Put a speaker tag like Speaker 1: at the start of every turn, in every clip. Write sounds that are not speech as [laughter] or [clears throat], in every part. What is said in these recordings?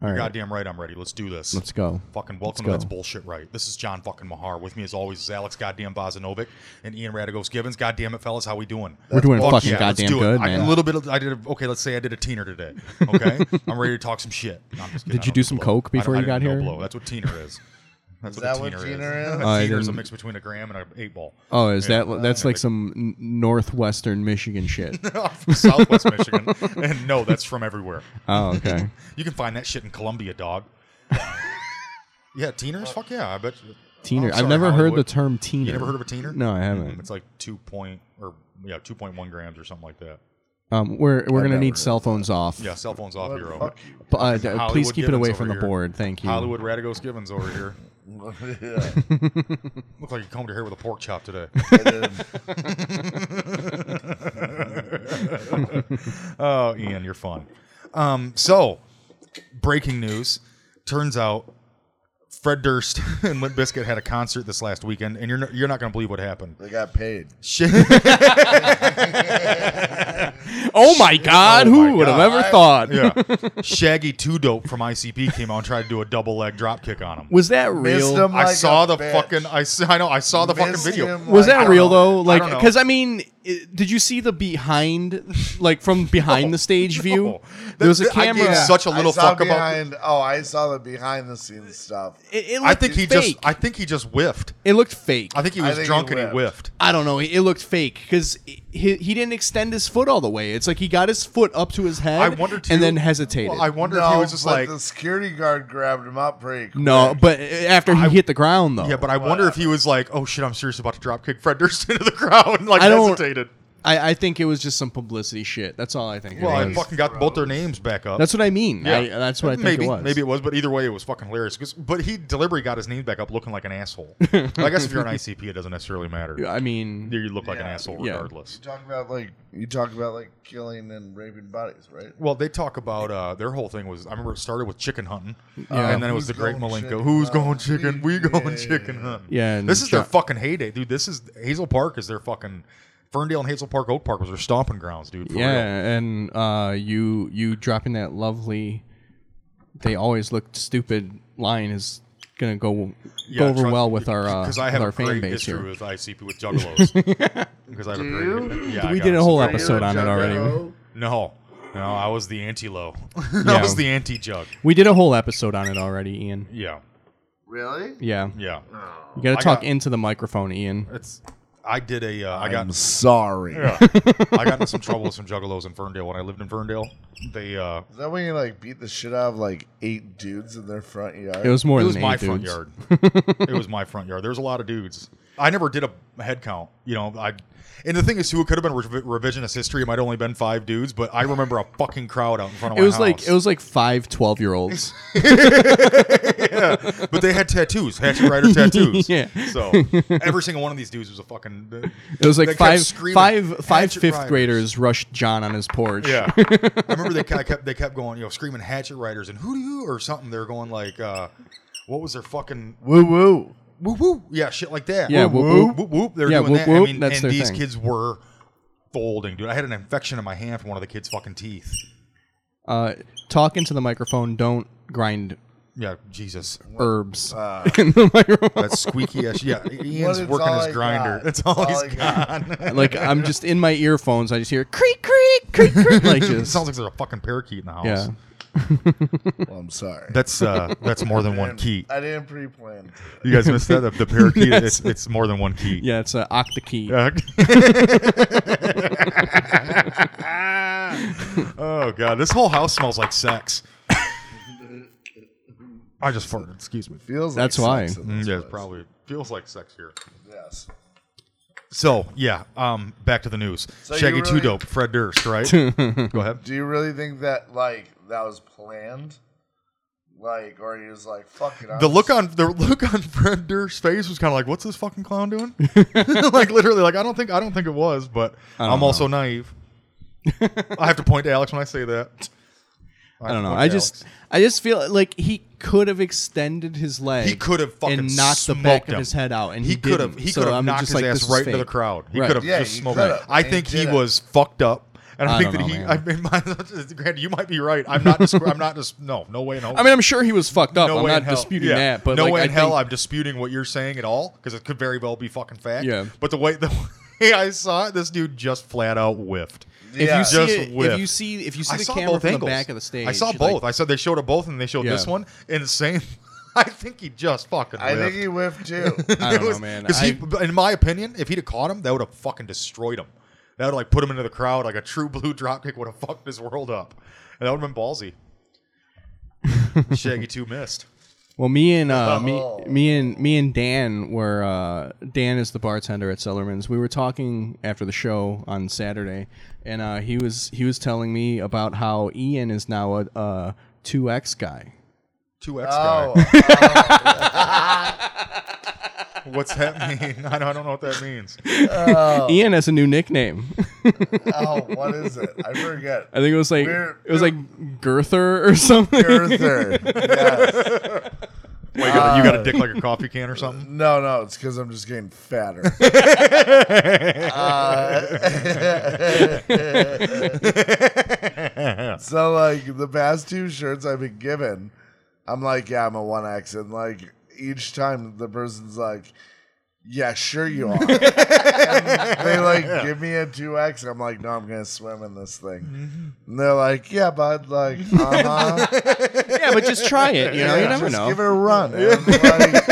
Speaker 1: All
Speaker 2: You're
Speaker 1: right.
Speaker 2: goddamn right I'm ready. Let's do this.
Speaker 1: Let's go.
Speaker 2: Fucking welcome
Speaker 1: go.
Speaker 2: to That's Bullshit Right. This is John fucking Mahar. With me as always is Alex goddamn Bozanovic and Ian Radagos Givens. Goddamn it, fellas. How we doing?
Speaker 1: We're doing
Speaker 2: Fuck
Speaker 1: fucking
Speaker 2: yeah, let's do
Speaker 1: goddamn
Speaker 2: it.
Speaker 1: good,
Speaker 2: I, a
Speaker 1: man.
Speaker 2: little bit of, I did, a, okay, let's say I did a teener
Speaker 1: [laughs]
Speaker 2: today. Okay? I'm ready to talk some shit. No, I'm just kidding.
Speaker 1: Did
Speaker 2: I
Speaker 1: you
Speaker 2: don't
Speaker 1: do
Speaker 2: do
Speaker 1: some
Speaker 2: blow.
Speaker 1: coke
Speaker 2: I don't-
Speaker 1: before you
Speaker 2: I didn't
Speaker 1: got
Speaker 2: do
Speaker 1: here?
Speaker 2: blow. That's what teener is. That's
Speaker 3: Is
Speaker 2: what,
Speaker 3: that
Speaker 2: a
Speaker 3: what
Speaker 2: teener
Speaker 3: teener is?
Speaker 2: A
Speaker 1: I
Speaker 2: teener is a
Speaker 1: didn't-
Speaker 2: mix between a gram and an eight ball. [laughs]
Speaker 1: Oh, is
Speaker 2: Yeah.
Speaker 1: that that's like some n- northwestern
Speaker 2: [laughs]
Speaker 1: Michigan shit?
Speaker 2: from Southwest Michigan. And no, that's from everywhere.
Speaker 1: oh, okay.
Speaker 2: You can find that shit in Colombia,
Speaker 3: [laughs]
Speaker 2: dog. yeah, teeners? Fuck yeah. I bet.
Speaker 1: Teener.
Speaker 2: Oh,
Speaker 1: I've
Speaker 2: sorry,
Speaker 1: never heard the
Speaker 2: Hollywood.
Speaker 1: term teener.
Speaker 2: You never heard of a teener?
Speaker 1: No, I haven't.
Speaker 2: It's like two point or yeah, two point one grams or something like that.
Speaker 1: Um, we're we're gonna
Speaker 3: never
Speaker 1: need
Speaker 3: heard
Speaker 1: cell phones off.
Speaker 2: Yeah, cell phones off
Speaker 3: What
Speaker 2: here.
Speaker 3: the
Speaker 2: over.
Speaker 3: fuck?
Speaker 1: But, uh, d-
Speaker 2: Hollywood
Speaker 1: please keep it
Speaker 2: Givens
Speaker 1: away
Speaker 2: over
Speaker 1: from the
Speaker 2: here.
Speaker 1: board. Thank you.
Speaker 2: Hollywood Radagos Givens over here.
Speaker 3: [laughs] yeah.
Speaker 2: Look like you combed your hair with a pork chop
Speaker 3: [laughs]
Speaker 2: today. [laughs] oh, Ian, you're fun. Um, so, breaking news. Turns out Fred Durst [laughs] and Limp Bizkit had a concert this last weekend, and you're, no, you're not going to believe what
Speaker 3: [laughs]
Speaker 2: happened.
Speaker 3: They got paid.
Speaker 2: Shit.
Speaker 1: Oh my God!
Speaker 2: Oh my
Speaker 1: who would have
Speaker 2: God.
Speaker 1: ever thought?
Speaker 2: yeah. Shaggy Two Dope from ICP came out and tried to do a double leg drop kick on him.
Speaker 1: Was that real?
Speaker 3: Missed him
Speaker 2: I
Speaker 3: like
Speaker 2: saw
Speaker 3: a
Speaker 2: the
Speaker 3: bitch.
Speaker 2: fucking. I, s- I know. I saw the fucking
Speaker 3: Missed
Speaker 2: video.
Speaker 3: him
Speaker 1: Was
Speaker 3: like- I
Speaker 1: that
Speaker 3: don't
Speaker 1: real
Speaker 3: know.
Speaker 1: though? Like,
Speaker 2: don't know.
Speaker 1: because I mean, i did you see the behind, like from behind the stage view?
Speaker 2: [laughs] No.
Speaker 1: There was a
Speaker 2: That- I gave
Speaker 1: camera.
Speaker 2: such a little
Speaker 3: I saw
Speaker 2: fuck about.
Speaker 3: behind, Oh, I saw the behind the scenes stuff.
Speaker 1: it, it
Speaker 2: I
Speaker 1: looked
Speaker 2: think he
Speaker 1: fake.
Speaker 2: just. I think he just whiffed.
Speaker 1: it looked fake.
Speaker 2: I think he
Speaker 3: I
Speaker 2: was
Speaker 3: think he
Speaker 2: drunk and he
Speaker 3: whiffed.
Speaker 2: whiffed.
Speaker 1: I don't know. It looked fake because he, he didn't extend his foot all the way. It's like he got his foot up to his head
Speaker 2: I wonder too.
Speaker 1: and then hesitated.
Speaker 2: Well, I wonder
Speaker 3: no,
Speaker 2: if he was just
Speaker 3: but
Speaker 2: like.
Speaker 3: the security guard grabbed him up pretty quick.
Speaker 1: no, but uh, after he hit the ground though,
Speaker 2: Yeah, but I wonder if he was like, "Oh shit, I'm serious about to drop kick Fred Durst [laughs] into the crowd." And like
Speaker 1: I don't-
Speaker 2: hesitated.
Speaker 1: I, I think it was just some publicity shit. That's all I think. it
Speaker 2: Well, I
Speaker 1: was.
Speaker 2: fucking got both their names back up.
Speaker 1: that's what I mean.
Speaker 2: Yeah.
Speaker 1: I, that's what I think
Speaker 2: maybe,
Speaker 1: it was.
Speaker 2: Maybe it was, but either way, it was fucking hilarious. 'cause- but he deliberately got his name back up looking like an
Speaker 1: [laughs]
Speaker 2: asshole. I guess if you're an ICP, it doesn't necessarily matter.
Speaker 1: I mean,
Speaker 2: You look like an
Speaker 3: Yeah.
Speaker 2: asshole
Speaker 1: Yeah.
Speaker 2: regardless.
Speaker 3: You talk about like you talk about like killing and raping bodies, right?
Speaker 2: Well, they talk about uh, their whole thing was I remember it started with chicken hunting, uh,
Speaker 1: Yeah.
Speaker 2: and then it was
Speaker 3: Who's
Speaker 2: the great
Speaker 3: going
Speaker 2: Malenko.
Speaker 3: chicken
Speaker 2: Who's
Speaker 3: hunting?
Speaker 2: going chicken? We
Speaker 3: Yeah.
Speaker 2: going chicken hunting.
Speaker 1: Yeah, and
Speaker 2: this is their
Speaker 1: John-
Speaker 2: fucking heyday, dude. This is Hazel Park is their fucking Ferndale and Hazel Park Oak Park was their stomping grounds, dude. For
Speaker 1: yeah,
Speaker 2: real.
Speaker 1: and uh, you you dropping that lovely. They always looked stupid. Line is gonna go
Speaker 2: Yeah,
Speaker 1: go over
Speaker 2: trust-
Speaker 1: well with our uh,
Speaker 2: because I
Speaker 1: with
Speaker 2: have
Speaker 1: our
Speaker 2: a
Speaker 1: fan
Speaker 2: great
Speaker 1: base
Speaker 2: history
Speaker 1: here.
Speaker 2: with ICP
Speaker 1: [laughs]
Speaker 2: with Juggalos. because I have a
Speaker 3: you?
Speaker 2: great, yeah, I
Speaker 1: we
Speaker 2: got
Speaker 1: did a
Speaker 2: some
Speaker 1: whole
Speaker 2: great-
Speaker 1: episode on it already.
Speaker 3: Juggo?
Speaker 2: No, no, I was the anti
Speaker 1: [laughs]
Speaker 2: low.
Speaker 1: Yeah.
Speaker 2: I was the anti jug.
Speaker 1: We did a whole episode on it already, Ian.
Speaker 2: Yeah,
Speaker 3: Really?
Speaker 1: Yeah,
Speaker 2: yeah.
Speaker 1: you gotta
Speaker 2: I
Speaker 1: talk
Speaker 2: got-
Speaker 1: into the microphone, Ian.
Speaker 2: It's I did a uh, I got
Speaker 3: I'm sorry.
Speaker 2: I got in some trouble with some juggalos in Ferndale when I lived in Ferndale. They uh,
Speaker 3: Is that when you like beat the shit out of like eight dudes in their front yard?
Speaker 1: It was more
Speaker 2: it was
Speaker 1: than eight
Speaker 2: my front
Speaker 1: dudes. [laughs]
Speaker 2: yard. it was my front yard. There was a lot of dudes. I never did a head count. You know, I and the thing is too, it could have been rev- revisionist history. It might have only been five dudes, but I remember a fucking crowd out in front of
Speaker 1: It
Speaker 2: my
Speaker 1: was
Speaker 2: house.
Speaker 1: like it was like five 12
Speaker 2: [laughs]
Speaker 1: year olds. [laughs]
Speaker 2: but they had tattoos, Hatchet Rider tattoos.
Speaker 1: Yeah. [laughs]
Speaker 2: So every single one of these dudes was a fucking. uh,
Speaker 1: It was
Speaker 2: they kept
Speaker 1: like five
Speaker 2: screaming,
Speaker 1: five five
Speaker 2: "Hatchet
Speaker 1: fifth
Speaker 2: Riders."
Speaker 1: graders rushed John on his porch.
Speaker 2: Yeah, I remember they kind of kept they kept going, you know, screaming hatchet riders and who do you or something. They're going like, uh, what was their fucking
Speaker 3: woo woo.
Speaker 2: woo woo? Yeah, shit like that.
Speaker 1: Yeah,
Speaker 2: whoop
Speaker 1: whoop,
Speaker 2: whoop
Speaker 1: whoop.
Speaker 2: whoop. whoop. They're
Speaker 1: Yeah,
Speaker 2: doing
Speaker 1: whoop,
Speaker 2: that. I
Speaker 1: whoop.
Speaker 2: mean,
Speaker 1: That's
Speaker 2: and
Speaker 1: their
Speaker 2: these
Speaker 1: thing.
Speaker 2: kids were folding, dude. I had an infection in my hand from one of the kids' fucking teeth.
Speaker 1: Uh, talk into the microphone. Don't grind
Speaker 2: Yeah, Jesus,
Speaker 1: herbs.
Speaker 2: Uh. that squeaky ass. Yeah, Ian's
Speaker 3: What is
Speaker 2: working
Speaker 3: all
Speaker 2: his
Speaker 3: I
Speaker 2: grinder.
Speaker 3: got?
Speaker 2: That's all
Speaker 3: All
Speaker 2: he's
Speaker 3: I
Speaker 2: got. [laughs]
Speaker 1: [laughs] like I'm just in my earphones. I just hear creak creak creak creak. Like
Speaker 2: It
Speaker 1: just
Speaker 2: sounds like there's a fucking parakeet in the house.
Speaker 1: yeah.
Speaker 3: Well, I'm sorry.
Speaker 2: That's uh, that's more than
Speaker 1: [laughs]
Speaker 2: one key.
Speaker 3: I didn't pre-plan.
Speaker 2: You guys missed that the, the parakeet. It's it's more than one key.
Speaker 1: Yeah, it's an octa key. [laughs]
Speaker 2: Uh, oh god, this whole house smells like sex. I just farted. Excuse me.
Speaker 3: Feels
Speaker 1: That's
Speaker 3: like
Speaker 1: why.
Speaker 3: sex in
Speaker 2: Mm,
Speaker 3: this
Speaker 2: Yeah,
Speaker 3: place.
Speaker 2: probably feels like sex here.
Speaker 3: Yes.
Speaker 2: So yeah, um, back to the news.
Speaker 3: So you
Speaker 2: Shaggy Two
Speaker 3: really-
Speaker 2: Dope, Fred Durst,
Speaker 1: [laughs]
Speaker 2: right? Go ahead.
Speaker 3: Do you really think that like that was planned? Like, or he was like, "Fuck it." I'm
Speaker 2: The look
Speaker 3: just-
Speaker 2: on the look on Fred Durst's face was kind of like, "What's this fucking clown
Speaker 1: [laughs]
Speaker 2: doing?" [laughs] like literally, like I don't think I don't think it was, but
Speaker 1: don't
Speaker 2: I'm also naive. I have to point to Alex when I say that.
Speaker 1: I don't know.
Speaker 2: point
Speaker 1: I
Speaker 2: to
Speaker 1: just
Speaker 2: Alex.
Speaker 1: I just feel like he could have extended his leg.
Speaker 2: He could have fucking
Speaker 1: and knocked the
Speaker 2: smoked
Speaker 1: back
Speaker 2: him.
Speaker 1: of his head out, and he,
Speaker 2: could
Speaker 1: didn't.
Speaker 2: have he
Speaker 1: So
Speaker 2: could have
Speaker 1: I'm
Speaker 2: knocked
Speaker 1: just
Speaker 2: his
Speaker 1: like,
Speaker 2: ass
Speaker 1: this is
Speaker 2: right into the
Speaker 1: fake.
Speaker 2: crowd. He
Speaker 1: Right.
Speaker 2: could have
Speaker 3: Yeah,
Speaker 2: just
Speaker 3: he
Speaker 2: smoked.
Speaker 3: could
Speaker 2: him.
Speaker 3: have,
Speaker 2: I
Speaker 3: and he
Speaker 2: think he
Speaker 3: didn't.
Speaker 2: was fucked up And I,
Speaker 1: I
Speaker 2: think that
Speaker 1: don't know,
Speaker 2: he,
Speaker 1: man.
Speaker 2: I mean, my, [laughs] granted, you might be right. I'm not, dis- I'm not, dis- no, no way in hell.
Speaker 1: I mean, I'm sure he was fucked up.
Speaker 2: no
Speaker 1: I'm
Speaker 2: way
Speaker 1: not
Speaker 2: in hell.
Speaker 1: disputing
Speaker 2: Yeah.
Speaker 1: that, but
Speaker 2: no
Speaker 1: like,
Speaker 2: way
Speaker 1: I
Speaker 2: in hell
Speaker 1: think-
Speaker 2: I'm disputing what you're saying at all because it could very well be fucking fact.
Speaker 1: Yeah.
Speaker 2: But the way the way I saw it, this dude just flat out whiffed.
Speaker 1: if
Speaker 3: Yeah.
Speaker 1: you see
Speaker 2: Just
Speaker 1: it,
Speaker 2: whiff.
Speaker 1: if you see if you see
Speaker 2: I
Speaker 1: the
Speaker 2: saw
Speaker 1: camera
Speaker 2: both
Speaker 1: from
Speaker 2: angles.
Speaker 1: the back of the stage,
Speaker 2: I saw
Speaker 1: like,
Speaker 2: both. I said they showed it both, and they showed this
Speaker 1: Yeah.
Speaker 2: one and the same. [laughs] I think he just fucking.
Speaker 3: I think
Speaker 2: whiffed.
Speaker 3: he whiffed too.
Speaker 2: [laughs]
Speaker 1: I don't
Speaker 2: It was-
Speaker 1: know, man.
Speaker 2: 'cause he-
Speaker 1: I-
Speaker 2: in my opinion, if he'd have caught him, that would have fucking destroyed him. That would like put him into the crowd. Like a true [laughs] blue dropkick would have fucked his world up, and that would have been ballsy. Shaggy two missed.
Speaker 1: well, me and uh,
Speaker 3: Oh.
Speaker 1: me, me and me and Dan were uh, Dan is the bartender at Sellerman's. We were talking after the show on Saturday, and uh, he was he was telling me about how Ian is now a two X guy.
Speaker 2: Two X guy.
Speaker 3: Oh, oh,
Speaker 2: What's that [laughs] mean? I don't, I don't know what that means.
Speaker 1: Ian has a new nickname. [laughs]
Speaker 3: oh, what is it? I
Speaker 2: [laughs]
Speaker 3: forget.
Speaker 1: I think it was like
Speaker 3: We're-
Speaker 1: it was like Girther or something.
Speaker 3: Earther. Yes.
Speaker 2: Wait, you got, a- you got a dick like a coffee can or
Speaker 3: [laughs]
Speaker 2: something?
Speaker 3: No, no, it's because I'm just getting fatter. Uh, [laughs] so, like, the past two shirts I've been given, I'm like, yeah, I'm a 1X. And, like, each time the person's like, yeah, sure
Speaker 1: [laughs]
Speaker 3: you are. And they, like, give me a 2X. And I'm like, no, I'm going to swim in this thing.
Speaker 1: Mm-hmm.
Speaker 3: And they're like, yeah, bud,
Speaker 1: [laughs]
Speaker 3: like, uh huh.
Speaker 1: [laughs] yeah, but just try it. You know,
Speaker 3: Yeah,
Speaker 1: you never
Speaker 3: just
Speaker 1: know.
Speaker 3: Give it a run. And, like,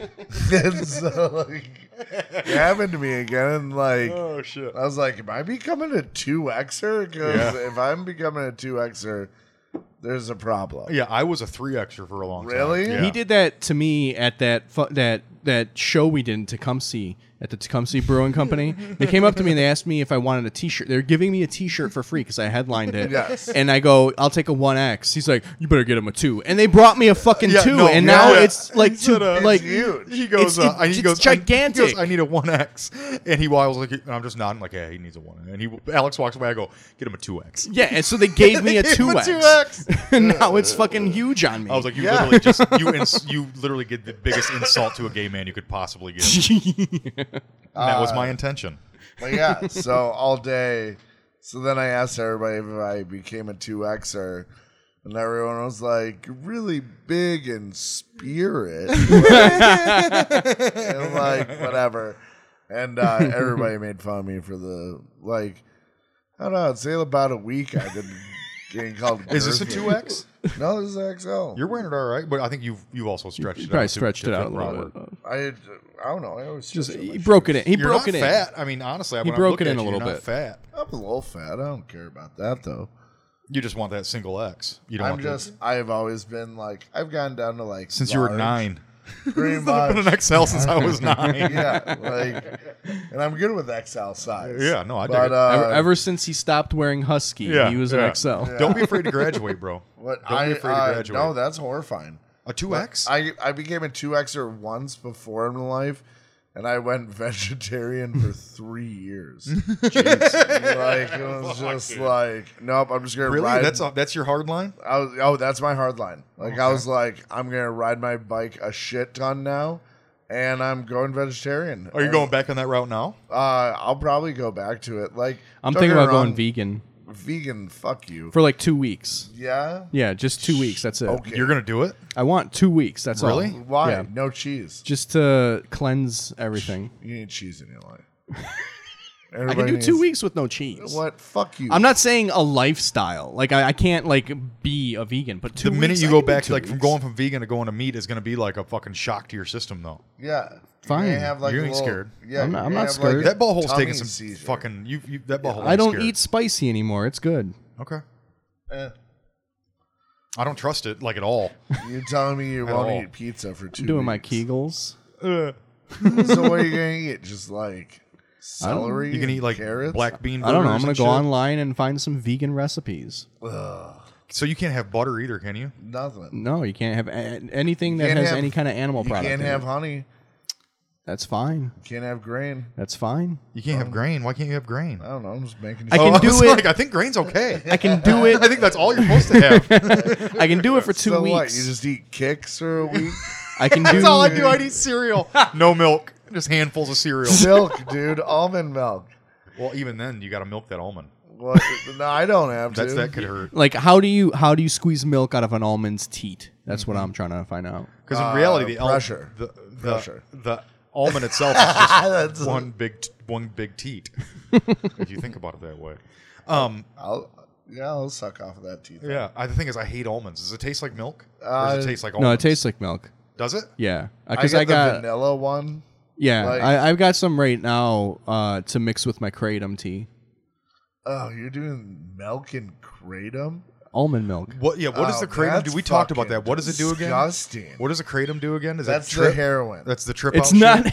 Speaker 3: [laughs] and so, like, it happened to me again, and like,
Speaker 2: [laughs] Oh shit!
Speaker 3: I was like, "Am I becoming a two Xer? Because if I'm becoming a two Xer, there's a problem."
Speaker 2: Yeah, I was a three extra for a long time.
Speaker 3: Really?
Speaker 2: Yeah.
Speaker 1: He did that to me at that fu- that that show we did in Tecumseh at the Tecumseh Brewing
Speaker 2: [laughs]
Speaker 1: Company. they came up to me and they asked me if I wanted a T-shirt. They're giving me a T-shirt for free because I headlined it.
Speaker 3: Yes.
Speaker 1: And I go, I'll take a one X. He's like, you better get him a two. And they brought me a fucking
Speaker 2: Yeah,
Speaker 1: two.
Speaker 2: no,
Speaker 1: and
Speaker 2: yeah,
Speaker 1: now
Speaker 2: yeah.
Speaker 1: it's like two.
Speaker 2: Instead of-
Speaker 1: like
Speaker 3: It's huge. [laughs]
Speaker 2: He goes,
Speaker 1: It's-
Speaker 2: uh,
Speaker 1: it-
Speaker 2: he
Speaker 1: it's
Speaker 2: goes, I,
Speaker 1: gigantic.
Speaker 2: he goes, I need a one X, and he was like, and I'm just nodding, like, yeah, he needs a one. And he, Alex walks away. I go, get him a two X.
Speaker 1: yeah. And so they
Speaker 2: [laughs]
Speaker 1: gave me a
Speaker 2: They gave him
Speaker 1: two
Speaker 2: a
Speaker 1: X. [laughs] And now it's fucking huge on me.
Speaker 2: I was
Speaker 1: [laughs]
Speaker 2: like, you
Speaker 3: Yeah.
Speaker 2: literally just
Speaker 3: [laughs]
Speaker 2: you ins- you literally did the biggest insult to a gay man you could possibly
Speaker 3: [laughs]
Speaker 2: give. And that was
Speaker 3: Uh,
Speaker 2: my intention.
Speaker 3: But yeah, so all day. So then I asked everybody if I became a two Xer, and everyone was like, "Really big
Speaker 2: [laughs]
Speaker 3: in spirit," and like whatever. And uh, everybody made fun of me for the like. I don't know. I'd say about a week I've been getting called.
Speaker 2: Is this a
Speaker 3: girthy.
Speaker 2: two X?
Speaker 3: No, this is XL.
Speaker 2: You're wearing it all right, but I think you've you've also stretched it.
Speaker 1: probably
Speaker 2: out to-
Speaker 1: stretched
Speaker 2: to
Speaker 1: it out
Speaker 2: fit
Speaker 1: a little
Speaker 2: Robert.
Speaker 1: bit. Uh,
Speaker 3: I, I don't know. I always
Speaker 1: Just
Speaker 2: e-
Speaker 3: stretch out my
Speaker 1: he broke it in. He
Speaker 2: You're
Speaker 1: broke
Speaker 2: not
Speaker 1: it
Speaker 2: fat. I mean, honestly, when I
Speaker 1: broke
Speaker 2: look
Speaker 1: it in
Speaker 2: at
Speaker 1: a
Speaker 2: you, you're
Speaker 1: shirt. little
Speaker 2: not
Speaker 1: bit.
Speaker 2: Fat.
Speaker 3: I'm a little fat. I don't care about that though.
Speaker 2: You just want that single X. You don't
Speaker 3: I'm
Speaker 2: want the-
Speaker 3: just. I've always been like. I've gone down to like
Speaker 2: since you were
Speaker 3: large, [laughs]
Speaker 2: nine. [laughs]
Speaker 3: pretty
Speaker 2: I've been
Speaker 3: much.
Speaker 2: an XL since I
Speaker 3: [laughs]
Speaker 2: was
Speaker 1: [laughs]
Speaker 2: nine.
Speaker 3: yeah, like, and I'm good with XL size.
Speaker 2: Yeah, no, I dig
Speaker 3: but,
Speaker 2: it.
Speaker 1: in.
Speaker 3: Uh,
Speaker 1: Ever, ever since he stopped wearing husky,
Speaker 2: Yeah,
Speaker 1: he was
Speaker 2: yeah.
Speaker 1: an XL.
Speaker 2: Don't be afraid to graduate, bro.
Speaker 3: [laughs] what
Speaker 2: Don't
Speaker 3: I
Speaker 2: be afraid
Speaker 3: uh,
Speaker 2: to graduate.
Speaker 3: no, that's horrifying.
Speaker 2: a two X.
Speaker 3: I I became a two Xer once before in life, and I went [laughs] vegetarian for three
Speaker 2: [laughs]
Speaker 3: years. like it was just like, nope. I'm just gonna
Speaker 2: Really?
Speaker 3: ride.
Speaker 2: That's a, that's your hard line.
Speaker 3: I was, oh, that's my hard line. Like I was like, I'm gonna ride my bike a shit ton now, and I'm going vegetarian.
Speaker 1: Oh,
Speaker 2: Are you
Speaker 3: And,
Speaker 2: going back on that route now?
Speaker 3: Uh, I'll probably go back to it. Like
Speaker 1: I'm
Speaker 3: don't
Speaker 1: thinking
Speaker 3: get me
Speaker 1: about going
Speaker 3: wrong,
Speaker 1: vegan
Speaker 3: Vegan, fuck you.
Speaker 1: for like two weeks.
Speaker 3: yeah.
Speaker 1: Yeah, just two weeks. That's it.
Speaker 3: Okay.
Speaker 2: You're gonna do it.
Speaker 1: I want two weeks. That's all.
Speaker 2: Really?
Speaker 3: Why?
Speaker 1: Yeah.
Speaker 3: No cheese.
Speaker 1: Just to cleanse everything.
Speaker 3: You need cheese in your
Speaker 1: [laughs]
Speaker 3: life.
Speaker 1: I can
Speaker 3: Everybody
Speaker 1: do two
Speaker 3: needs-
Speaker 1: weeks with no cheese.
Speaker 3: What? Fuck you.
Speaker 1: I'm not saying a lifestyle. Like I, I can't like be a vegan, but two
Speaker 2: The minute
Speaker 1: weeks,
Speaker 2: you
Speaker 1: I
Speaker 2: go
Speaker 1: can do
Speaker 2: back,
Speaker 1: two
Speaker 2: to, like from
Speaker 1: weeks.
Speaker 2: going from vegan to going to meat, is gonna be like a fucking shock to your system, though.
Speaker 3: Yeah.
Speaker 1: Fine.
Speaker 3: You may have like
Speaker 2: You
Speaker 3: a
Speaker 2: ain't
Speaker 3: little-
Speaker 2: scared.
Speaker 3: Yeah.
Speaker 1: I'm not-
Speaker 3: you
Speaker 1: I'm
Speaker 3: may
Speaker 1: not
Speaker 3: have, like,
Speaker 1: scared.
Speaker 3: a
Speaker 2: That ball hole's taking
Speaker 3: tummy
Speaker 2: some
Speaker 3: seizure.
Speaker 2: fucking. You, you that ball hole.
Speaker 1: I
Speaker 2: I'm
Speaker 1: don't
Speaker 2: scared.
Speaker 1: eat spicy anymore. It's good.
Speaker 2: Okay.
Speaker 3: Eh.
Speaker 2: I don't trust it like at all.
Speaker 3: You're telling me
Speaker 1: [laughs]
Speaker 3: you
Speaker 2: At
Speaker 3: won't
Speaker 2: all.
Speaker 3: eat pizza for two?
Speaker 1: I'm doing my
Speaker 3: weeks.
Speaker 1: Kegels.
Speaker 3: So what are you gonna eat? Just like celery?
Speaker 2: you can eat
Speaker 3: and
Speaker 2: like
Speaker 3: carrots?
Speaker 2: black bean.
Speaker 1: I don't know. I'm gonna
Speaker 2: burgers
Speaker 1: go
Speaker 2: and shit.
Speaker 1: online and find some vegan recipes.
Speaker 2: So you can't have butter either, can you?
Speaker 3: nothing.
Speaker 1: No, you can't have a- anything that
Speaker 3: can't
Speaker 1: has
Speaker 3: have-
Speaker 1: any kind of animal
Speaker 3: You
Speaker 1: product.
Speaker 3: can't
Speaker 1: in
Speaker 3: have
Speaker 1: it.
Speaker 3: honey.
Speaker 1: That's fine.
Speaker 3: You can't have grain.
Speaker 1: That's fine.
Speaker 2: You can't have grain. Why can't you have grain? Oh,
Speaker 3: Um, I don't know. I'm just making.
Speaker 1: I
Speaker 3: shit
Speaker 2: [laughs]
Speaker 1: can
Speaker 2: I
Speaker 1: do
Speaker 2: was
Speaker 1: it-
Speaker 2: Like, I think grain's okay.
Speaker 1: [laughs] I
Speaker 3: [laughs]
Speaker 1: can do it.
Speaker 2: I think that's all you're supposed to have.
Speaker 1: [laughs] I can do it for two
Speaker 3: so
Speaker 1: weeks.
Speaker 3: what? You just eat kicks for
Speaker 2: [laughs]
Speaker 3: a week?
Speaker 1: I
Speaker 3: [laughs]
Speaker 1: can do.
Speaker 2: That's all I do. I eat cereal. No milk.
Speaker 1: [laughs]
Speaker 2: Just handfuls of cereal.
Speaker 3: milk, dude. Almond milk.
Speaker 2: well, even then, you got to milk that almond.
Speaker 3: What? no, I don't have to.
Speaker 2: That's that could hurt.
Speaker 1: Like how do you how do you squeeze milk out of an almond's teat? That's what I'm trying to find out.
Speaker 2: Because in reality, the el-
Speaker 3: Uh, pressure.
Speaker 2: the, the,
Speaker 3: Pressure. [laughs]
Speaker 2: the almond itself is just
Speaker 3: That's-
Speaker 2: one big t- one big
Speaker 3: [laughs]
Speaker 2: teat. if you think about it that way,
Speaker 3: I'll, yeah, I'll suck off of that teeth.
Speaker 2: yeah. I, the thing is, I hate almonds. Does it taste like milk? Or
Speaker 3: Uh,
Speaker 2: does it taste like almonds?
Speaker 1: No, it tastes like milk.
Speaker 2: Does it?
Speaker 1: Yeah,
Speaker 3: I
Speaker 1: because
Speaker 3: get
Speaker 1: I, got
Speaker 3: the vanilla one.
Speaker 1: yeah,
Speaker 3: like-
Speaker 1: I, I've got some right now uh, to mix with my kratom tea,
Speaker 3: Oh, you're doing milk and kratom?
Speaker 1: almond milk.
Speaker 2: What? Yeah. What does
Speaker 3: Oh,
Speaker 2: the kratom do?
Speaker 3: that's
Speaker 2: We talked about
Speaker 3: fucking
Speaker 2: that. What does it do again?
Speaker 3: Disgusting.
Speaker 2: What does a kratom do again? Is
Speaker 3: That's
Speaker 2: it
Speaker 3: the
Speaker 2: trip?
Speaker 3: heroin.
Speaker 2: That's the trip.
Speaker 1: It's
Speaker 2: out
Speaker 1: not.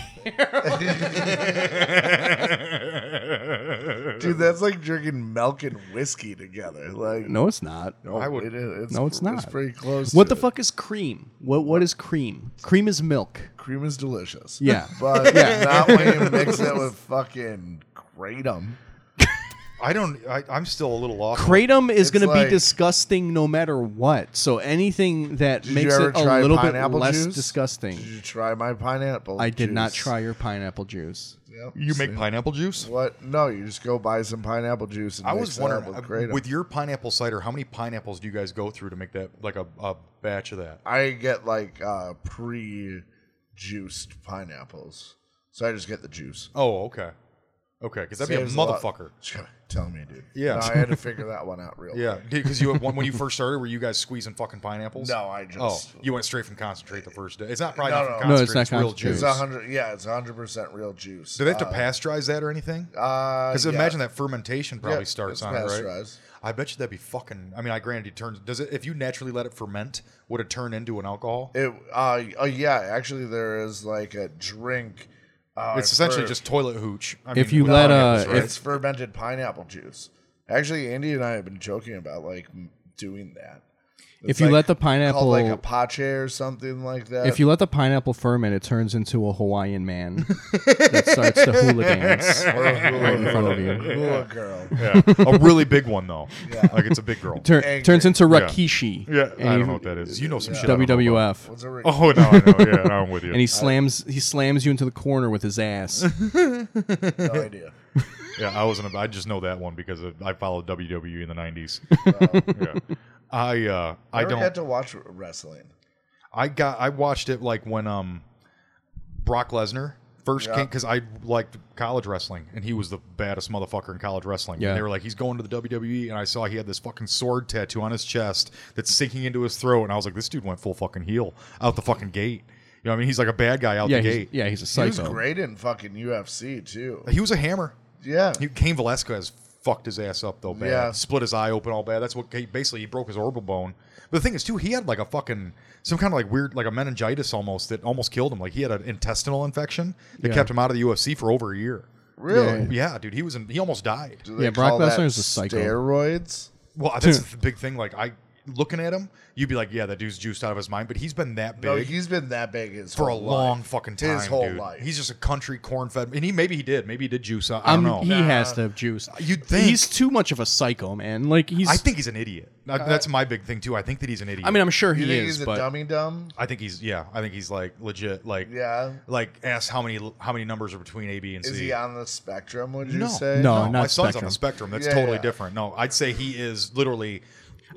Speaker 3: Dude, that's like drinking milk and whiskey together. Like,
Speaker 1: [laughs] no, it's not.
Speaker 2: I would-
Speaker 3: it is.
Speaker 1: No, it's
Speaker 3: It's
Speaker 1: not.
Speaker 3: pretty close.
Speaker 1: What the
Speaker 3: to
Speaker 1: fuck is cream? What what is cream? Cream is milk.
Speaker 3: it. Cream is delicious.
Speaker 1: Yeah.
Speaker 3: [laughs] But
Speaker 1: Yeah.
Speaker 3: not when you mix it with fucking kratom.
Speaker 2: shit? I don't. I, I'm still a little off.
Speaker 1: Kratom is
Speaker 3: It's
Speaker 1: going to
Speaker 3: like-
Speaker 1: be disgusting no matter what. So anything that
Speaker 3: Did
Speaker 1: makes
Speaker 3: you ever
Speaker 1: it
Speaker 3: try
Speaker 1: a little bit
Speaker 3: pineapple
Speaker 1: less
Speaker 3: juice?
Speaker 1: disgusting.
Speaker 3: Did you try my pineapple?
Speaker 1: I did not
Speaker 3: juice?
Speaker 1: try your pineapple juice.
Speaker 3: Yep.
Speaker 2: you make
Speaker 3: See?
Speaker 2: pineapple juice.
Speaker 3: What? No, you just go buy some pineapple juice and
Speaker 2: I
Speaker 3: mix
Speaker 2: was
Speaker 3: it
Speaker 2: wondering
Speaker 3: up
Speaker 2: uh,
Speaker 3: with kratom.
Speaker 2: with your pineapple cider, how many pineapples do you guys go through to make that like a, a batch of that?
Speaker 3: I get like uh, pre-juiced pineapples, so I just get the juice.
Speaker 2: Oh, okay, okay, because that'd
Speaker 3: Saves
Speaker 2: be a
Speaker 3: lot.
Speaker 2: motherfucker.
Speaker 3: Just gotta [laughs] Tell me, dude.
Speaker 2: Yeah.
Speaker 3: No, I had to figure that one out real.
Speaker 2: [laughs] Yeah, because you when when you first started, were you guys squeezing fucking pineapples?
Speaker 3: No, I just-
Speaker 2: Oh, you went straight from concentrate the first day. It's not probably
Speaker 3: No,
Speaker 2: not from
Speaker 3: no.
Speaker 1: No, it's
Speaker 2: concentrate. it's
Speaker 1: not
Speaker 2: real
Speaker 1: concentrate.
Speaker 2: juice.
Speaker 3: It's a hundred. Yeah, it's a hundred percent real juice. Uh,
Speaker 2: Do they have to pasteurize that or anything? Because
Speaker 3: Because
Speaker 2: imagine that fermentation probably
Speaker 3: uh, Yeah,
Speaker 2: starts
Speaker 3: it's
Speaker 2: on it, right?
Speaker 3: pasteurized.
Speaker 2: I bet you that'd be fucking. I mean, I granted, it turns. Does it if you naturally let it ferment, would it turn into an alcohol?
Speaker 3: It. Uh, oh yeah. Actually, there is like a drink. Uh,
Speaker 2: it's essentially
Speaker 3: for-
Speaker 2: just toilet hooch. I
Speaker 1: If
Speaker 2: mean,
Speaker 1: you
Speaker 2: with
Speaker 1: let,
Speaker 2: pineapples,
Speaker 1: uh,
Speaker 2: right?
Speaker 3: it's fermented pineapple juice. Actually, Andy and I have been joking about like m- doing that.
Speaker 1: if you
Speaker 3: like
Speaker 1: let the pineapple
Speaker 3: Called like a pache or something like that. [laughs]
Speaker 1: if you let the pineapple ferment, it turns into a Hawaiian man
Speaker 2: [laughs]
Speaker 1: that starts to hula dance [laughs] right in front of
Speaker 3: [laughs]
Speaker 1: you.
Speaker 3: Hula girl.
Speaker 2: a really big one though. Like it's a big
Speaker 1: [laughs]
Speaker 2: girl.
Speaker 1: Tur-
Speaker 3: Angry.
Speaker 1: turns into Rakishi.
Speaker 2: yeah,
Speaker 1: and
Speaker 2: I
Speaker 1: he-
Speaker 2: don't know what that is. You know some shit. I don't know about.
Speaker 1: WWF.
Speaker 3: What's a re-
Speaker 2: [laughs] Oh no, I know. Yeah, no, I'm with you.
Speaker 1: [laughs] And he slams he slams you into the corner with
Speaker 2: [laughs]
Speaker 1: his ass.
Speaker 3: No idea.
Speaker 2: yeah, I wasn't. I just know that one because of, I followed WWE in the
Speaker 1: [laughs]
Speaker 2: '90s. yeah. I uh, I
Speaker 3: I don't
Speaker 2: don't.
Speaker 3: get to watch wrestling.
Speaker 2: I got I watched it like when um Brock Lesnar first
Speaker 3: Yeah.
Speaker 2: came because I liked college wrestling and he was the baddest motherfucker in college wrestling.
Speaker 1: Yeah.
Speaker 2: And they were like, he's going to the WWE, and I saw he had this fucking sword tattoo on his chest that's sinking into his throat, and I was like, this dude went full fucking heel out the fucking gate. You know what I mean? He's like a bad guy out
Speaker 1: Yeah,
Speaker 2: the
Speaker 1: he's,
Speaker 2: gate.
Speaker 1: yeah, he's a
Speaker 3: He was
Speaker 1: psycho.
Speaker 3: great in fucking UFC too.
Speaker 2: He was a hammer.
Speaker 3: Yeah.
Speaker 2: He, Cain Velasquez fucked his ass up though bad.
Speaker 3: Yeah.
Speaker 2: Split his eye open all bad. That's what he, basically he broke his orbital bone. But the thing is too, he had like a fucking some kind of like weird like a meningitis almost that almost killed him. Like he had an intestinal infection that
Speaker 1: Yeah.
Speaker 2: kept him out of the UFC for over a year.
Speaker 3: Really?
Speaker 1: Yeah.
Speaker 2: Yeah, dude, he was in, he almost died.
Speaker 3: Do they
Speaker 1: Yeah, Brock
Speaker 3: call that
Speaker 1: Lesnar's a psycho.
Speaker 3: Steroids.
Speaker 2: Well, that's the big thing. Like I looking at him, you'd be like, yeah, that dude's juiced out of his mind. But he's been that big.
Speaker 3: No, he's been that big his
Speaker 2: for a
Speaker 3: whole life.
Speaker 2: long fucking time,
Speaker 3: His whole
Speaker 2: dude.
Speaker 3: life.
Speaker 2: He's just a country corn fed, and he maybe he did, maybe he did juice out. I
Speaker 1: I'm,
Speaker 2: don't know.
Speaker 1: Um, he has to have juice.
Speaker 2: You'd think.
Speaker 1: he's too much of a psycho, man. Like he's.
Speaker 2: I think he's an idiot. That-
Speaker 3: Uh,
Speaker 2: That's my big thing too. I think that he's an idiot.
Speaker 1: I mean, I'm sure he
Speaker 3: You think
Speaker 1: is,
Speaker 3: he's a
Speaker 1: but
Speaker 3: dummy dumb?
Speaker 2: I think he's yeah. I think he's like legit. Like
Speaker 3: Yeah.
Speaker 2: Like ask how many how many numbers are between A, B, and C.
Speaker 3: Is he on the spectrum? Would you
Speaker 2: no,
Speaker 3: say?
Speaker 1: No.
Speaker 2: my
Speaker 1: not
Speaker 2: son's on the spectrum. That's
Speaker 3: Yeah,
Speaker 2: totally
Speaker 3: yeah.
Speaker 2: different. No, I'd say he is literally.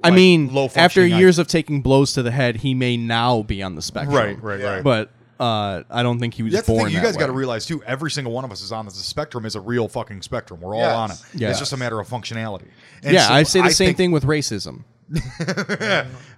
Speaker 1: I
Speaker 2: like,
Speaker 1: mean, after
Speaker 2: functioning
Speaker 1: years of taking blows to the head, he may now be on the
Speaker 2: IQ.
Speaker 1: spectrum.
Speaker 2: right, right,
Speaker 3: Yeah.
Speaker 2: right.
Speaker 1: But uh, I don't think he was
Speaker 2: that's the
Speaker 1: born.
Speaker 2: thing. You
Speaker 1: that
Speaker 2: guys got to
Speaker 1: way.
Speaker 2: realize too. Every single one of us is on this. The spectrum is a real fucking spectrum. We're all
Speaker 3: Yes.
Speaker 2: on it.
Speaker 1: Yes.
Speaker 2: It's just a matter of functionality. And
Speaker 1: yeah,
Speaker 2: so
Speaker 1: I say the same
Speaker 2: think-
Speaker 1: thing with racism.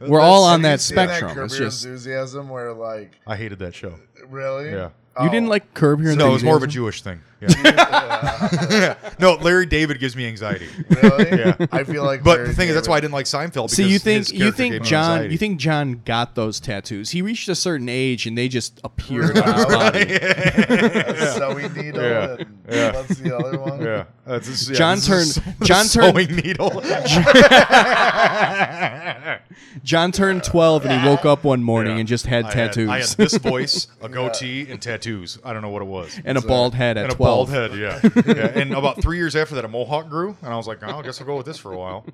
Speaker 1: We're all on
Speaker 3: Have you
Speaker 1: that
Speaker 3: seen
Speaker 1: spectrum.
Speaker 3: Curb
Speaker 1: it's
Speaker 3: Your
Speaker 1: just
Speaker 3: enthusiasm where like
Speaker 2: I hated that show.
Speaker 3: really. Oh,
Speaker 2: Yeah.
Speaker 1: you didn't like curb your.
Speaker 2: No, Oh. it was more of a
Speaker 1: Enthusiasm?
Speaker 2: Jewish thing. Yeah. [laughs] no, Larry David gives me anxiety.
Speaker 3: [laughs] Really?
Speaker 2: Yeah.
Speaker 3: I feel like.
Speaker 2: But
Speaker 3: Larry
Speaker 2: the thing is, that's
Speaker 3: David-
Speaker 2: why I didn't like Seinfeld.
Speaker 1: So you
Speaker 2: because
Speaker 1: think
Speaker 2: his
Speaker 1: you
Speaker 2: character
Speaker 1: think
Speaker 2: gave me
Speaker 1: John
Speaker 2: anxiety. [laughs]
Speaker 1: you think John got those tattoos? He reached a certain age and they just appeared on
Speaker 2: [laughs]
Speaker 1: his body. [laughs]
Speaker 3: A sewing needle
Speaker 2: Yeah.
Speaker 3: and
Speaker 2: Yeah.
Speaker 3: what's the other
Speaker 2: [laughs]
Speaker 3: one?
Speaker 2: Yeah, that's just, yeah,
Speaker 1: John
Speaker 2: this is
Speaker 1: turned-
Speaker 2: the
Speaker 1: [laughs] John turned-
Speaker 2: sewing
Speaker 1: [laughs]
Speaker 2: needle.
Speaker 1: John turned twelve and he woke up one morning and just had
Speaker 2: I
Speaker 1: tattoos
Speaker 2: I had this voice, a goatee, and tattoos. I don't know what it was.
Speaker 1: [laughs] and a bald head at
Speaker 2: and a
Speaker 1: twelve.
Speaker 2: bald head,
Speaker 1: [laughs]
Speaker 2: yeah. yeah. And about three years after that, a mohawk grew, and I was like, oh, I guess I'll go with this for a while.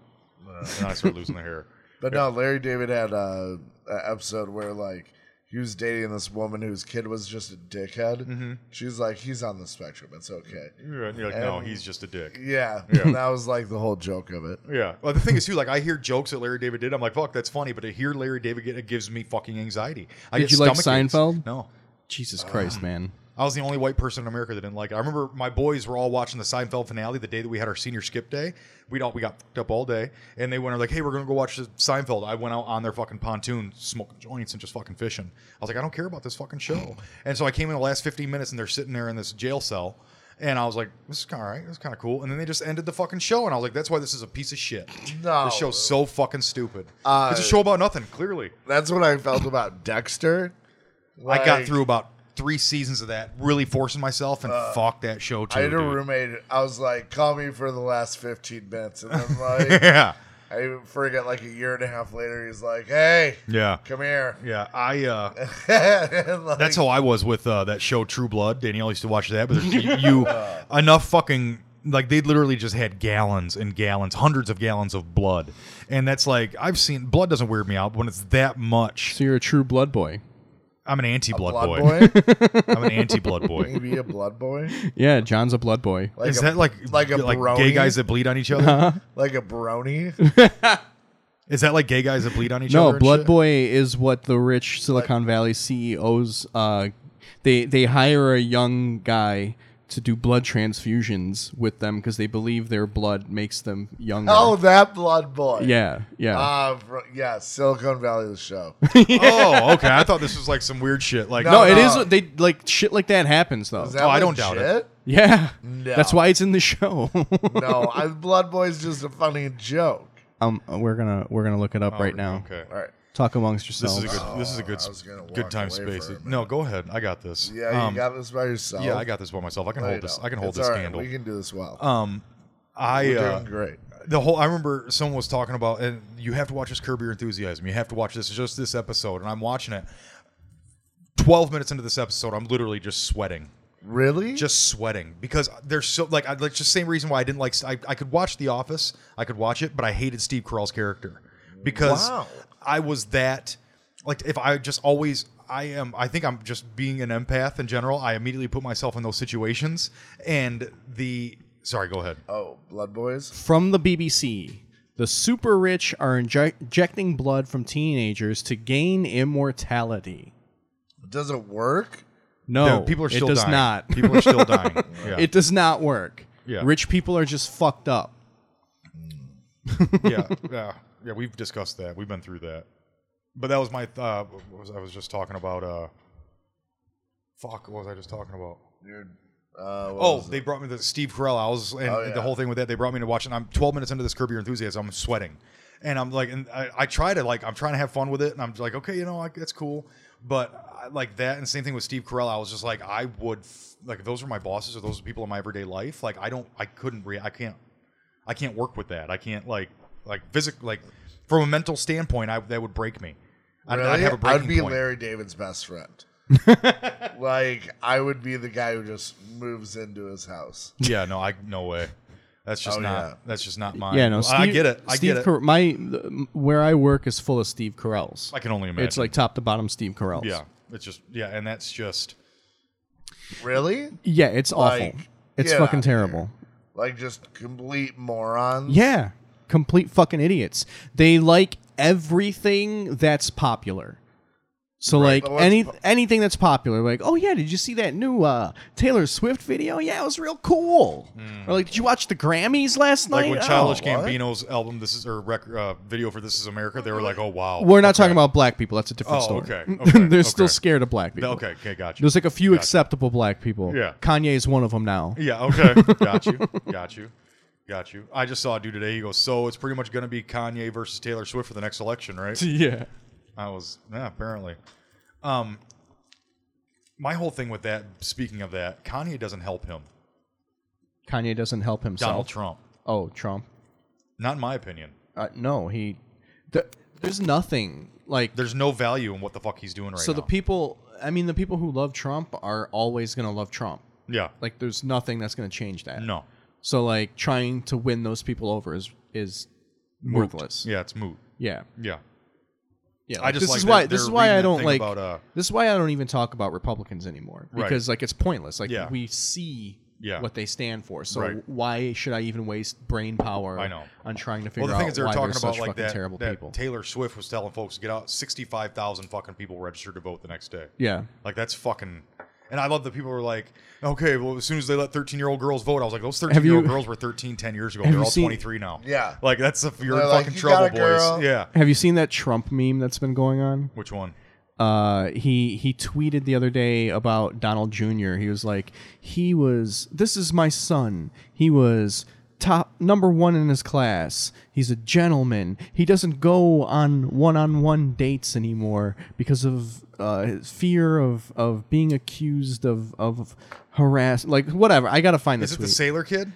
Speaker 2: And I started losing the hair.
Speaker 3: But no, Larry David had a, a episode uh, where like he he was dating this woman whose kid was just a dickhead.
Speaker 2: Mm-hmm.
Speaker 3: She's like, he's on the spectrum. It's okay.
Speaker 2: You're like, no,
Speaker 1: Um,
Speaker 3: And-
Speaker 2: he's just a dick.
Speaker 3: Yeah, and that was like the whole joke of it.
Speaker 2: Yeah. Well, the thing is too, like I hear jokes that Larry David did. I'm like, fuck, that's funny. But to hear Larry David get it gives me fucking anxiety. I
Speaker 1: Did
Speaker 2: get
Speaker 1: you like
Speaker 2: stomach aches.
Speaker 1: Seinfeld?
Speaker 2: No.
Speaker 1: Jesus
Speaker 2: Um,
Speaker 1: Christ, man.
Speaker 2: I was the only white person in America that didn't like it. I remember my boys were all watching the Seinfeld finale the day that we had our senior skip day. We'd all we got fucked up all day, and they went and were like, "Hey, we're gonna go watch the Seinfeld." I went out on their fucking pontoon, smoking joints and just fucking fishing. I was like, "I don't care about this fucking show," and so I came in the last 15 minutes, and they're sitting there in this jail cell, and I was like, "This is all right. This is kind of cool." And then they just ended the fucking show, and I was like, "That's why this is a piece of shit.
Speaker 3: No.
Speaker 2: this show's so fucking stupid. it's a show about nothing. Clearly,
Speaker 3: That's what I felt about Dexter.
Speaker 2: I got
Speaker 3: Like,
Speaker 2: through about three seasons of that, really forcing myself, and fuck that show too.
Speaker 3: Uh, I had a
Speaker 2: dude.
Speaker 3: roommate. I was like, call me for the last 15 minutes.
Speaker 2: [laughs]
Speaker 3: And then, like,
Speaker 2: [laughs] yeah,
Speaker 3: I forget, like a year and a half later, he's like, hey,
Speaker 2: yeah,
Speaker 3: come here.
Speaker 2: yeah. I
Speaker 3: [laughs]
Speaker 2: uh,
Speaker 3: And, like,
Speaker 2: that's how I was with uh, that show True Blood. Danielle used to watch that, but
Speaker 3: [laughs]
Speaker 2: there's, you, you enough fucking like they literally just had gallons and gallons, hundreds of gallons of blood, and that's like I've seen blood doesn't weird me out, but when it's that much,
Speaker 1: So you're a true blood boy.
Speaker 2: I'm an anti-blood
Speaker 3: blood
Speaker 2: boy.
Speaker 3: boy.
Speaker 2: [laughs] I'm an anti-blood boy.
Speaker 3: Maybe a blood boy,
Speaker 1: Yeah, John's a blood boy.
Speaker 3: [laughs] like
Speaker 2: Is
Speaker 3: a,
Speaker 2: that like
Speaker 3: like a
Speaker 2: gay
Speaker 3: brony?
Speaker 2: guys that bleed on each other?
Speaker 1: Uh-huh.
Speaker 3: like a brony?
Speaker 2: Is that like gay guys that bleed on each
Speaker 1: No,
Speaker 2: other? and
Speaker 1: Blood
Speaker 2: shit?
Speaker 1: Boy is what the rich Silicon Valley CEOs uh, they they hire a young guy to do blood transfusions with them because they believe their blood makes them younger.
Speaker 3: [laughs] oh, that blood boy.
Speaker 1: yeah, yeah.
Speaker 3: Uh, bro, yeah, Silicon Valley,
Speaker 2: [laughs]
Speaker 3: the show.
Speaker 2: oh, okay. I thought this was like some weird shit. Like,
Speaker 1: no,
Speaker 3: no,
Speaker 1: it
Speaker 3: no.
Speaker 1: is they like shit like that happens though.
Speaker 3: Is that
Speaker 2: Oh, I don't
Speaker 3: legit?
Speaker 2: doubt it.
Speaker 1: yeah,
Speaker 3: No.
Speaker 1: that's why it's in the show. [laughs]
Speaker 3: no, I, blood boy's just a funny joke.
Speaker 1: um, we're gonna we're gonna look it up right now.
Speaker 2: Oh, Okay.
Speaker 3: All right.
Speaker 1: Talk amongst yourselves.
Speaker 2: This is a good. This is a good.
Speaker 3: I was gonna
Speaker 2: Good
Speaker 3: walk
Speaker 2: time
Speaker 3: away
Speaker 2: space.
Speaker 3: for a minute.
Speaker 2: No, go ahead. I got this.
Speaker 3: Yeah, you
Speaker 2: Um,
Speaker 3: got this by yourself.
Speaker 2: Yeah, I got this by myself. I can
Speaker 3: No, you
Speaker 2: hold this.
Speaker 3: don't.
Speaker 2: I can hold
Speaker 3: It's
Speaker 2: this
Speaker 3: all right.
Speaker 2: candle.
Speaker 3: We can do this well.
Speaker 2: Um, I
Speaker 3: We're
Speaker 2: uh,
Speaker 3: doing great.
Speaker 2: the whole. I remember someone was talking about, and you have to watch this Curb Your Enthusiasm. You have to watch this. It's just this episode, and I'm watching it. Twelve minutes into this episode, I'm literally just sweating.
Speaker 3: Really?
Speaker 2: just sweating because there's so like I, like just same reason why I didn't like I, I could watch The Office, I could watch it, but I hated Steve Carell's character because
Speaker 3: Wow.
Speaker 2: I was that like if I just always I am I think I'm just being an empath in general. I immediately put myself in those situations and the sorry, go ahead.
Speaker 3: oh, blood boys.
Speaker 1: from the BBC. The super rich are inject- injecting blood from teenagers to gain immortality.
Speaker 3: Does it work?
Speaker 1: No,
Speaker 2: The- people are still
Speaker 1: it does
Speaker 2: dying.
Speaker 1: not. [laughs]
Speaker 2: People are still dying. Yeah.
Speaker 1: It does not work.
Speaker 2: Yeah.
Speaker 1: Rich people are just fucked up.
Speaker 2: yeah, yeah, yeah. We've discussed that. We've been through that. But that was my. Uh, what was I was just talking about. Uh, fuck, what was I just talking about?
Speaker 3: You're, uh, what
Speaker 2: Oh,
Speaker 3: was it?
Speaker 2: they brought me to Steve Carell. I was and
Speaker 3: Oh, yeah.
Speaker 2: the whole thing with that. They brought me to watch, and I'm 12 minutes into this Curb Your Enthusiasm. I'm sweating, and I'm like, and I, I try to like, I'm trying to have fun with it, and I'm like, okay, you know, like that's cool, but I, like that, and same thing with Steve Carell. I was just like, I would f- like if those were my bosses or those are people in my everyday life. Like I don't, I couldn't, re- I can't, I can't work with that. I can't like, like physic, like from a mental standpoint, I that would break me. I'd,
Speaker 3: really?
Speaker 2: I'd have a breaking
Speaker 3: I'd be
Speaker 2: point.
Speaker 3: Larry David's best friend.
Speaker 2: [laughs]
Speaker 3: like I would be the guy who just moves into his house.
Speaker 2: Yeah, no, I no way. That's just
Speaker 3: Oh,
Speaker 2: not.
Speaker 3: yeah.
Speaker 2: That's just not mine.
Speaker 1: Yeah, no.
Speaker 2: I
Speaker 1: Steve-
Speaker 2: get it. I
Speaker 1: Steve
Speaker 2: get it.
Speaker 1: Car- my th- where I work is full of Steve Carells.
Speaker 2: I can only imagine.
Speaker 1: it's like top to bottom Steve Carells.
Speaker 2: yeah, it's just yeah, and that's just
Speaker 3: Really?
Speaker 1: Yeah, it's awful.
Speaker 3: Like,
Speaker 1: it's
Speaker 3: get
Speaker 1: fucking
Speaker 3: out of here.
Speaker 1: terrible.
Speaker 3: Like just complete morons?
Speaker 1: Yeah. Complete fucking idiots. They like everything that's popular. So
Speaker 3: but
Speaker 1: like
Speaker 3: what's
Speaker 1: any
Speaker 3: po-
Speaker 1: anything that's popular, like oh yeah, did you see that new uh, Taylor Swift video? Yeah, it was real cool. Or like, did you watch the Grammys last
Speaker 2: Hmm. like
Speaker 1: night?
Speaker 2: when Childish
Speaker 1: Oh, what?"
Speaker 2: Gambino's album, this is or rec- uh, video for "This Is America." They were like, "Oh wow."
Speaker 1: We're not
Speaker 2: Okay.
Speaker 1: talking about black people. That's a different
Speaker 2: Oh,
Speaker 1: story. [laughs]
Speaker 2: okay, okay,
Speaker 1: They're still
Speaker 2: okay.
Speaker 1: scared of black
Speaker 2: [laughs]
Speaker 1: people.
Speaker 2: Okay, okay, got you.
Speaker 1: There's like a few acceptable black people.
Speaker 2: Yeah.
Speaker 1: Kanye is one of
Speaker 2: [laughs]
Speaker 1: them now.
Speaker 2: Yeah,
Speaker 1: [laughs]
Speaker 2: okay, got you, got you, got you. I just saw a dude today. He goes, "So it's pretty much going to be Kanye versus Taylor Swift for the next election,
Speaker 1: [laughs]
Speaker 2: right?"
Speaker 1: Yeah.
Speaker 2: I was yeah, apparently. Um, my whole thing with that. Speaking of that, Kanye doesn't help him.
Speaker 1: Kanye doesn't help himself.
Speaker 2: Donald Trump,
Speaker 1: Oh, Trump.
Speaker 2: not in my opinion.
Speaker 1: Uh, no, he. th- there's nothing like.
Speaker 2: There's no value in what the fuck he's doing right
Speaker 1: so
Speaker 2: now.
Speaker 1: the people. I mean, the people who love Trump are always gonna love Trump.
Speaker 2: yeah,
Speaker 1: Like, there's nothing that's gonna change that.
Speaker 2: no,
Speaker 1: So like, trying to win those people over is is
Speaker 2: Moot.
Speaker 1: worthless.
Speaker 2: Yeah, it's moot.
Speaker 1: Yeah.
Speaker 2: Yeah.
Speaker 1: Yeah,
Speaker 2: I
Speaker 1: like,
Speaker 2: just
Speaker 1: this
Speaker 2: like
Speaker 1: is
Speaker 2: that
Speaker 1: why this
Speaker 2: they're
Speaker 1: is why I
Speaker 2: reading the
Speaker 1: don't
Speaker 2: thing
Speaker 1: like
Speaker 2: about, uh,
Speaker 1: this is why I don't even talk about Republicans anymore
Speaker 2: Right.
Speaker 1: because like it's pointless. Like
Speaker 2: Yeah.
Speaker 1: we see
Speaker 2: Yeah.
Speaker 1: what they stand for, so
Speaker 2: Right.
Speaker 1: why should I even waste brain power?
Speaker 2: I know.
Speaker 1: on trying to
Speaker 2: Well,
Speaker 1: figure
Speaker 2: the thing
Speaker 1: out
Speaker 2: is, they were
Speaker 1: why
Speaker 2: talking
Speaker 1: they're
Speaker 2: about
Speaker 1: such
Speaker 2: like
Speaker 1: fucking
Speaker 2: that,
Speaker 1: terrible
Speaker 2: that
Speaker 1: people.
Speaker 2: Taylor Swift was telling folks, get out. 65,000 fucking people registered to vote the next day.
Speaker 1: yeah,
Speaker 2: Like, that's fucking. And I love that people were like, okay, well, as soon as they let 13 year old girls vote, I was like, those 13
Speaker 1: Have
Speaker 2: year old
Speaker 1: you-
Speaker 2: girls were 13 10 years ago.
Speaker 1: Have
Speaker 2: They're
Speaker 1: you
Speaker 2: all
Speaker 1: seen-
Speaker 2: 23 now.
Speaker 3: Yeah.
Speaker 2: Like, that's if you're
Speaker 3: They're
Speaker 2: in
Speaker 3: like,
Speaker 2: fucking
Speaker 3: "You
Speaker 2: trouble,
Speaker 3: got
Speaker 2: boys.
Speaker 3: it, girl."
Speaker 2: Yeah.
Speaker 1: have you seen that Trump meme that's been going on?
Speaker 2: Which one?
Speaker 1: uh, he he tweeted the other day about Donald Jr. He was like, he was this is my son. He was top number one in his class. He's a gentleman. He doesn't go on one-on-one dates anymore because of uh, his fear of of being accused of of harass like whatever. I gotta find
Speaker 2: Is it
Speaker 1: this tweet.
Speaker 2: the sailor kid?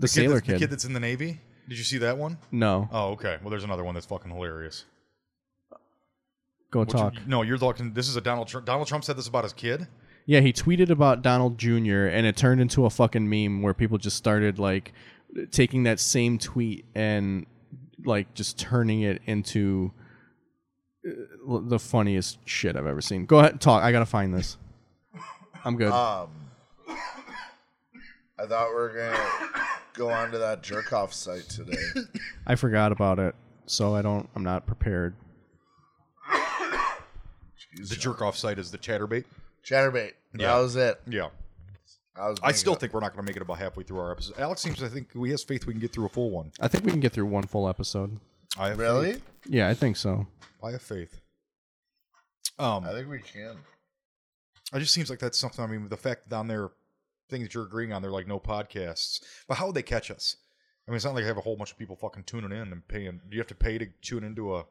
Speaker 1: The
Speaker 2: kid
Speaker 1: sailor
Speaker 2: that's-
Speaker 1: kid.
Speaker 2: The kid that's in the Navy? Did you see that one?
Speaker 1: no,
Speaker 2: Oh, okay. Well, there's another one that's fucking hilarious.
Speaker 1: go
Speaker 2: Which-
Speaker 1: talk.
Speaker 2: no, you're talking. This is a Donald Trump. Donald Trump said this about his kid.
Speaker 1: Yeah, he tweeted about Donald Jr. and it turned into a fucking meme where people just started like taking that same tweet and like just turning it into uh, the funniest shit I've ever seen. Go ahead, talk. I gotta find this. I'm good.
Speaker 2: Ah.
Speaker 3: I thought we were gonna go onto that jerk off
Speaker 2: [laughs]
Speaker 3: site today.
Speaker 1: I forgot about it, so I don't. I'm not prepared.
Speaker 2: The jerk off site is the chatterbait.
Speaker 3: Chatterbait.
Speaker 2: Yeah.
Speaker 3: That was it.
Speaker 2: Yeah.
Speaker 3: I was.
Speaker 2: I
Speaker 3: gonna
Speaker 2: still
Speaker 3: go-
Speaker 2: think we're not going to make it about halfway through our episode. Alex seems to think we has faith we can get through a full one.
Speaker 1: I think we can get through one full episode.
Speaker 2: I have
Speaker 3: Really?
Speaker 2: Faith.
Speaker 1: Yeah, I think so.
Speaker 2: I have faith. Um,
Speaker 3: I think we can.
Speaker 2: it just seems like that's something. I mean, the fact that on their thing that you're agreeing on, they're like no podcasts. But how would they catch us? I mean, it's not like I have a whole bunch of people fucking tuning in and paying. Do you have to pay to tune into a?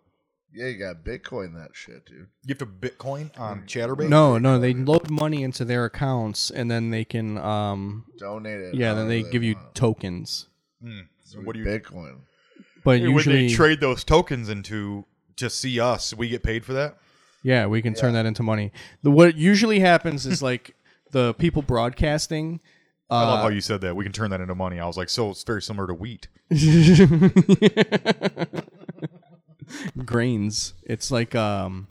Speaker 3: Yeah, you got Bitcoin that shit, dude.
Speaker 2: You have to Bitcoin
Speaker 3: Mm.
Speaker 2: on Chatterbait?
Speaker 1: No, no, they load money into their accounts and then they can. um
Speaker 3: Donate it.
Speaker 1: Yeah, then
Speaker 3: however
Speaker 1: they give you
Speaker 3: want.
Speaker 1: tokens,
Speaker 2: Mm.
Speaker 3: So
Speaker 2: What do you?
Speaker 3: Bitcoin?
Speaker 1: but
Speaker 2: Would
Speaker 1: usually
Speaker 2: they trade those tokens into to see us? We get paid for that.
Speaker 1: Yeah, we can turn that into money. The what usually happens is [laughs] like the people [laughs] broadcasting.
Speaker 2: I love how you said that. We can turn that into money. I was like, so it's very similar to wheat.
Speaker 1: grains. It's like um,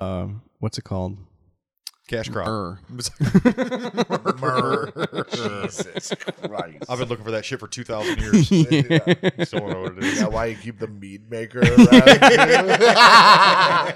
Speaker 1: um, what's it called?
Speaker 2: Cash crop. [laughs]
Speaker 1: Burr.
Speaker 3: Jesus [laughs] Christ.
Speaker 2: I've been looking for that shit for two thousand
Speaker 1: [laughs]
Speaker 2: years. Still don't know what it
Speaker 3: Is
Speaker 2: is.
Speaker 3: that why you keep the meat
Speaker 1: [laughs]
Speaker 3: maker around?
Speaker 2: I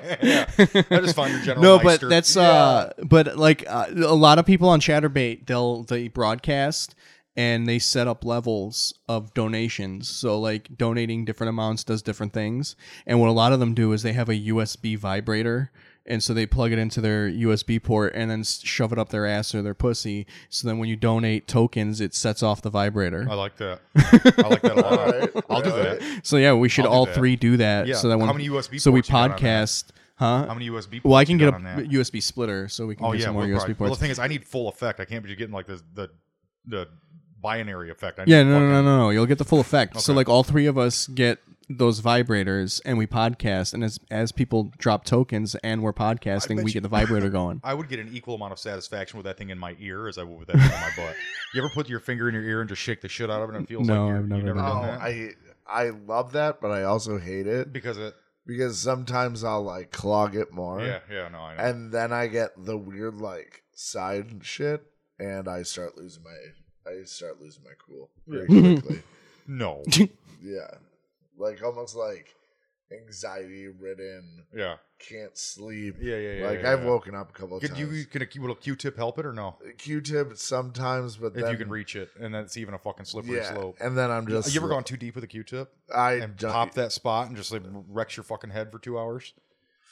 Speaker 2: just find your general.
Speaker 1: No, but
Speaker 2: Meister.
Speaker 1: that's uh, but like uh, a lot of people on ChatterBait, they'll they broadcast and they set up levels of donations. So like donating different amounts does different things. And what a lot of them do is they have a USB vibrator, and so they plug it into their USB port and then s- shove it up their ass or their pussy. So then when you donate tokens, it sets off the vibrator.
Speaker 2: I like that. I like that a lot.
Speaker 3: right.
Speaker 2: I'll do
Speaker 3: All
Speaker 2: that.
Speaker 1: So yeah, we should
Speaker 2: I'll do
Speaker 1: all
Speaker 2: that.
Speaker 1: three do that.
Speaker 2: Yeah.
Speaker 1: So that when
Speaker 2: How many USB
Speaker 1: so we
Speaker 2: ports you got on that?
Speaker 1: podcast, huh?
Speaker 2: How many USB?
Speaker 1: well, I
Speaker 2: ports
Speaker 1: can
Speaker 2: you
Speaker 1: get a
Speaker 2: got on that?
Speaker 1: USB splitter, so we can
Speaker 2: Oh
Speaker 1: get
Speaker 2: yeah,
Speaker 1: some more
Speaker 2: we'll
Speaker 1: USB
Speaker 2: probably-
Speaker 1: ports.
Speaker 2: Well, the thing is, I need full effect. I can't be just getting like the the the binary effect. I need
Speaker 1: Yeah, no,
Speaker 2: fucking-
Speaker 1: no, no, no, no. You'll get the full effect. So
Speaker 2: Okay.
Speaker 1: like all three of us get those vibrators and we podcast and as as people drop tokens and we're podcasting,
Speaker 2: bet
Speaker 1: we
Speaker 2: you- [laughs]
Speaker 1: get the vibrator going.
Speaker 2: I would get an equal amount of satisfaction with that thing in my ear as I would with that thing in my butt. [laughs] You ever put your finger in your ear and just shake the shit out of it and it feels
Speaker 1: No,
Speaker 2: like you're,
Speaker 1: I've never
Speaker 2: you've never
Speaker 1: done
Speaker 2: done
Speaker 3: no,
Speaker 2: that?
Speaker 3: Oh, I I love that, but I also hate it
Speaker 2: because it,
Speaker 3: because sometimes I'll like clog it more,
Speaker 2: yeah, yeah, no, I know.
Speaker 3: and then I get the weird like side shit, and I start losing my I start losing my cool
Speaker 1: [laughs]
Speaker 3: very quickly.
Speaker 2: no,
Speaker 3: yeah, like almost like anxiety ridden,
Speaker 2: yeah.
Speaker 3: can't sleep.
Speaker 2: Yeah, yeah, yeah,
Speaker 3: Like
Speaker 2: yeah,
Speaker 3: I've
Speaker 2: yeah.
Speaker 3: woken up a couple of
Speaker 2: Could
Speaker 3: times.
Speaker 2: you can a will a Q-tip help it or no?
Speaker 3: Q-tip sometimes, but
Speaker 2: If
Speaker 3: then
Speaker 2: you can reach it, and that's even a fucking slippery
Speaker 3: yeah,
Speaker 2: slope.
Speaker 3: and then I'm just
Speaker 2: you ever gone too deep with a Q-tip
Speaker 3: I
Speaker 2: and
Speaker 3: don't- e
Speaker 2: pop that spot and just like wrecks your fucking head for two hours?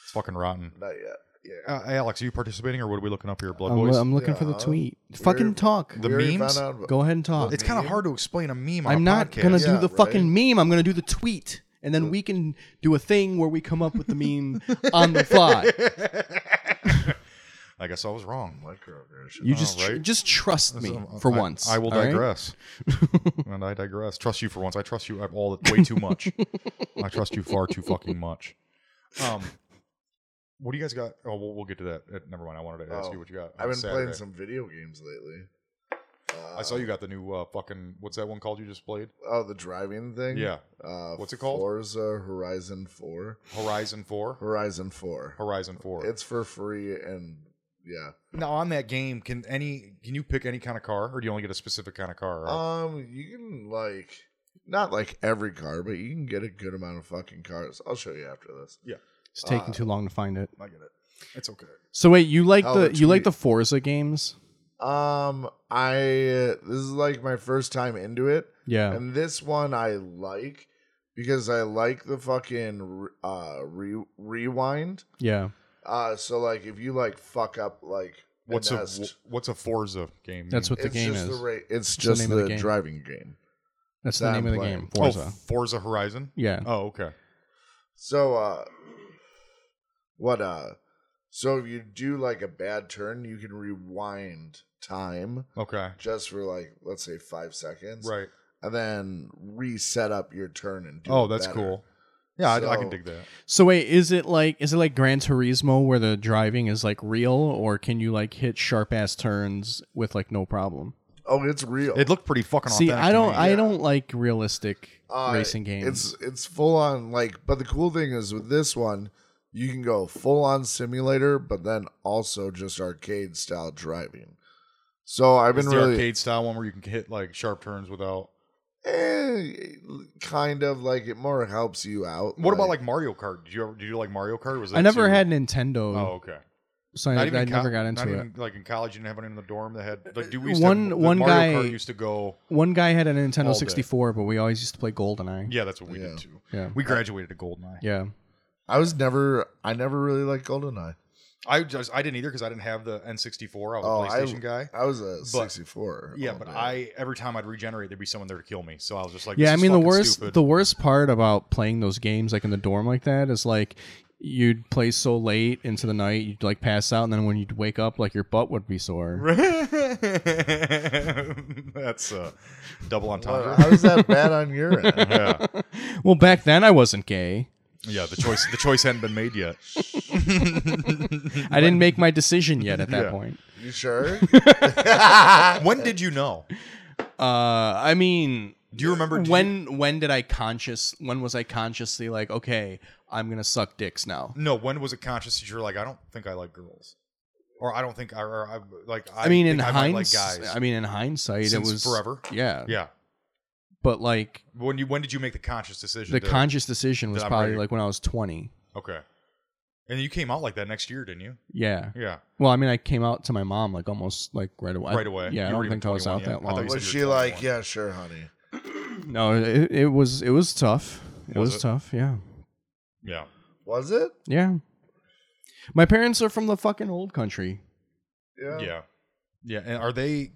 Speaker 2: It's fucking rotten.
Speaker 3: [laughs] Not yet. Yeah.
Speaker 2: Uh, Alex, are you participating or what are we looking up here, Blood
Speaker 1: I'm, uh,
Speaker 2: Boys?
Speaker 1: I'm looking for the
Speaker 3: Yeah.
Speaker 1: tweet. Fucking talk.
Speaker 2: The
Speaker 3: We already
Speaker 2: memes?
Speaker 3: found out about- [laughs]
Speaker 1: Go ahead and talk.
Speaker 2: it's kind of hard to explain a meme. On
Speaker 1: I'm
Speaker 2: a
Speaker 1: not
Speaker 2: podcast.
Speaker 1: gonna do
Speaker 3: Yeah,
Speaker 1: the
Speaker 3: right.
Speaker 1: fucking meme. I'm gonna do the tweet, and then we can do a thing where we come up with the meme on
Speaker 2: [laughs]
Speaker 1: the fly.
Speaker 2: I guess I was wrong.
Speaker 3: "Oh, Microaggression.
Speaker 1: You just tr-
Speaker 2: Oh, right.
Speaker 1: just trust me
Speaker 2: Um,
Speaker 1: for
Speaker 2: I-
Speaker 1: once.
Speaker 2: I will
Speaker 1: all right? [laughs]
Speaker 2: digress. and I digress. Trust you for once. I trust you all way too
Speaker 1: [laughs]
Speaker 2: much. I trust you far too fucking much. Um, what do you guys got? Oh, we'll, we'll get to that. Uh, Never mind. I wanted to ask
Speaker 3: Oh,
Speaker 2: you what you got. on
Speaker 3: I've been
Speaker 2: Saturday.
Speaker 3: playing some video games lately.
Speaker 2: I saw you got the new uh, fucking what's that one called you just played?
Speaker 3: Oh, the driving thing.
Speaker 2: Yeah.
Speaker 3: Uh,
Speaker 2: What's it called?
Speaker 3: Forza Horizon Four.
Speaker 2: Horizon Four.
Speaker 3: Horizon Four.
Speaker 2: Horizon Four.
Speaker 3: It's for free and yeah.
Speaker 2: now on that game, can any can you pick any kind of car, or do you only get a specific kind of car?
Speaker 3: Um, you can like not like every car, but you can get a good amount of fucking cars. I'll show you after this.
Speaker 1: It's
Speaker 2: Uh,
Speaker 1: taking too long to find it.
Speaker 2: I get it. It's okay.
Speaker 1: So wait, you like
Speaker 3: I'll
Speaker 2: Oh,
Speaker 1: the you like
Speaker 3: tweet.
Speaker 1: the Forza games?
Speaker 3: Um, I this is like my first time into it,
Speaker 1: Yeah.
Speaker 3: and this one I like because I like the fucking uh re- rewind.
Speaker 1: yeah.
Speaker 3: Uh, so like if you like fuck up like a
Speaker 2: What's a
Speaker 3: nest,
Speaker 2: what's a Forza game?
Speaker 1: That's
Speaker 2: mean?
Speaker 1: what the
Speaker 3: it's
Speaker 1: game
Speaker 3: just
Speaker 1: is.
Speaker 3: the ra- it's
Speaker 1: the
Speaker 3: just
Speaker 1: name
Speaker 3: the,
Speaker 1: of the game.
Speaker 3: driving game.
Speaker 1: That's the
Speaker 3: that
Speaker 1: name of the
Speaker 3: player.
Speaker 1: game,
Speaker 2: Oh,
Speaker 1: Forza.
Speaker 2: Forza Horizon.
Speaker 1: yeah.
Speaker 2: Oh, okay.
Speaker 3: So uh what uh so if you do like a bad turn, you can rewind time
Speaker 2: Okay.
Speaker 3: just for like let's say 5 seconds.
Speaker 2: Right.
Speaker 3: And then reset up your turn and do
Speaker 2: Oh,
Speaker 3: it
Speaker 2: that's
Speaker 3: better.
Speaker 2: cool. Yeah, I, I can
Speaker 3: So-
Speaker 2: dig that.
Speaker 1: So wait, is it like is it like Gran Turismo where the driving is like real, or can you like hit sharp ass turns with like no problem?
Speaker 3: Oh, it's real.
Speaker 2: It looked pretty fucking.
Speaker 1: See,
Speaker 2: authentic
Speaker 1: I
Speaker 2: to
Speaker 1: don't
Speaker 2: me.
Speaker 1: I don't like realistic
Speaker 3: Uh,
Speaker 1: racing games.
Speaker 3: It's it's full on like but the cool thing is with this one you can go full on simulator but then also just arcade style driving. So I've
Speaker 2: It's
Speaker 3: been
Speaker 2: the
Speaker 3: really
Speaker 2: arcade style one where you can hit like sharp turns without.
Speaker 3: Eh, kind of like it more helps you out.
Speaker 2: What about like Mario Kart? Did you ever, did you like Mario Kart? Or was that
Speaker 1: I never
Speaker 2: too-
Speaker 1: had Nintendo,
Speaker 2: Oh, okay.
Speaker 1: so I, I
Speaker 2: in
Speaker 1: never
Speaker 2: co-
Speaker 1: got
Speaker 2: not
Speaker 1: into it.
Speaker 2: even, like in college, you didn't have anyone in the dorm that had like. Do we used
Speaker 1: One-
Speaker 2: to,
Speaker 1: one
Speaker 2: the Mario
Speaker 1: guy-
Speaker 2: Kart used to go.
Speaker 1: One guy had a Nintendo
Speaker 2: All day.
Speaker 1: 64, but we always used to play GoldenEye.
Speaker 2: Yeah, that's what we
Speaker 3: Yeah.
Speaker 2: did too.
Speaker 1: Yeah.
Speaker 2: We graduated to Goldeneye.
Speaker 1: Yeah.
Speaker 3: I was never I never really liked Goldeneye.
Speaker 2: I just I didn't either because I didn't have the N64. I was
Speaker 3: Oh,
Speaker 2: a
Speaker 3: I- Oh,
Speaker 2: PlayStation guy.
Speaker 3: I was a 64.
Speaker 2: Yeah,
Speaker 3: all
Speaker 2: but
Speaker 3: day.
Speaker 2: I every time I'd regenerate, there'd be someone there to kill me. So I was just like,
Speaker 1: yeah, I
Speaker 2: this is
Speaker 1: mean the
Speaker 2: fucking
Speaker 1: worst
Speaker 2: stupid.
Speaker 1: the worst part about playing those games like in the dorm like that is like you'd play so late into the night, you'd like pass out and then when you'd wake up like your butt would be sore.
Speaker 2: [laughs] That's uh, double
Speaker 3: Well,
Speaker 2: entendre.
Speaker 3: how is
Speaker 2: [laughs]
Speaker 3: that bad on your end?
Speaker 2: yeah,
Speaker 1: Well, back then I wasn't gay.
Speaker 2: yeah. The choice the choice hadn't been made yet.
Speaker 1: I didn't make my decision yet at that
Speaker 2: Yeah.
Speaker 1: point.
Speaker 2: [laughs]
Speaker 3: You sure?
Speaker 2: When did you know?
Speaker 1: Uh, I mean,
Speaker 2: Do you remember? do you-
Speaker 1: when when did I conscious when was I consciously like, okay, I'm going to suck dicks now?
Speaker 2: no. When was it conscious that you were like, I don't think I like girls, or I don't think I, or I like. I,
Speaker 1: I, mean, in
Speaker 2: think I might
Speaker 1: hindsight,
Speaker 2: like guys.
Speaker 1: I mean, in hindsight, it
Speaker 2: Since
Speaker 1: was
Speaker 2: forever?
Speaker 1: Yeah,
Speaker 2: yeah.
Speaker 1: but like
Speaker 2: When you when did you make the conscious decision?
Speaker 1: the
Speaker 2: to-
Speaker 1: conscious decision was
Speaker 2: I'm
Speaker 1: probably
Speaker 2: ready.
Speaker 1: like when I was 20.
Speaker 2: Okay. And you came out like that next year, didn't you?
Speaker 1: Yeah.
Speaker 2: Yeah.
Speaker 1: Well, I mean, I came out to my mom like almost like right away.
Speaker 2: Right away.
Speaker 1: Yeah,
Speaker 2: You
Speaker 1: I
Speaker 2: weren't
Speaker 1: don't
Speaker 2: even
Speaker 1: think I was
Speaker 2: 21
Speaker 1: out
Speaker 2: yet.
Speaker 1: that
Speaker 2: I thought
Speaker 1: long.
Speaker 2: you
Speaker 3: was
Speaker 2: were
Speaker 3: she like,
Speaker 2: 21.
Speaker 3: yeah, sure, honey?
Speaker 1: No, it, it was it was tough. It
Speaker 2: Was
Speaker 1: was,
Speaker 2: it?
Speaker 1: tough. Yeah.
Speaker 2: Yeah.
Speaker 3: Was it?
Speaker 1: Yeah. My parents are from the fucking old country.
Speaker 3: Yeah.
Speaker 2: Yeah. Yeah. And are they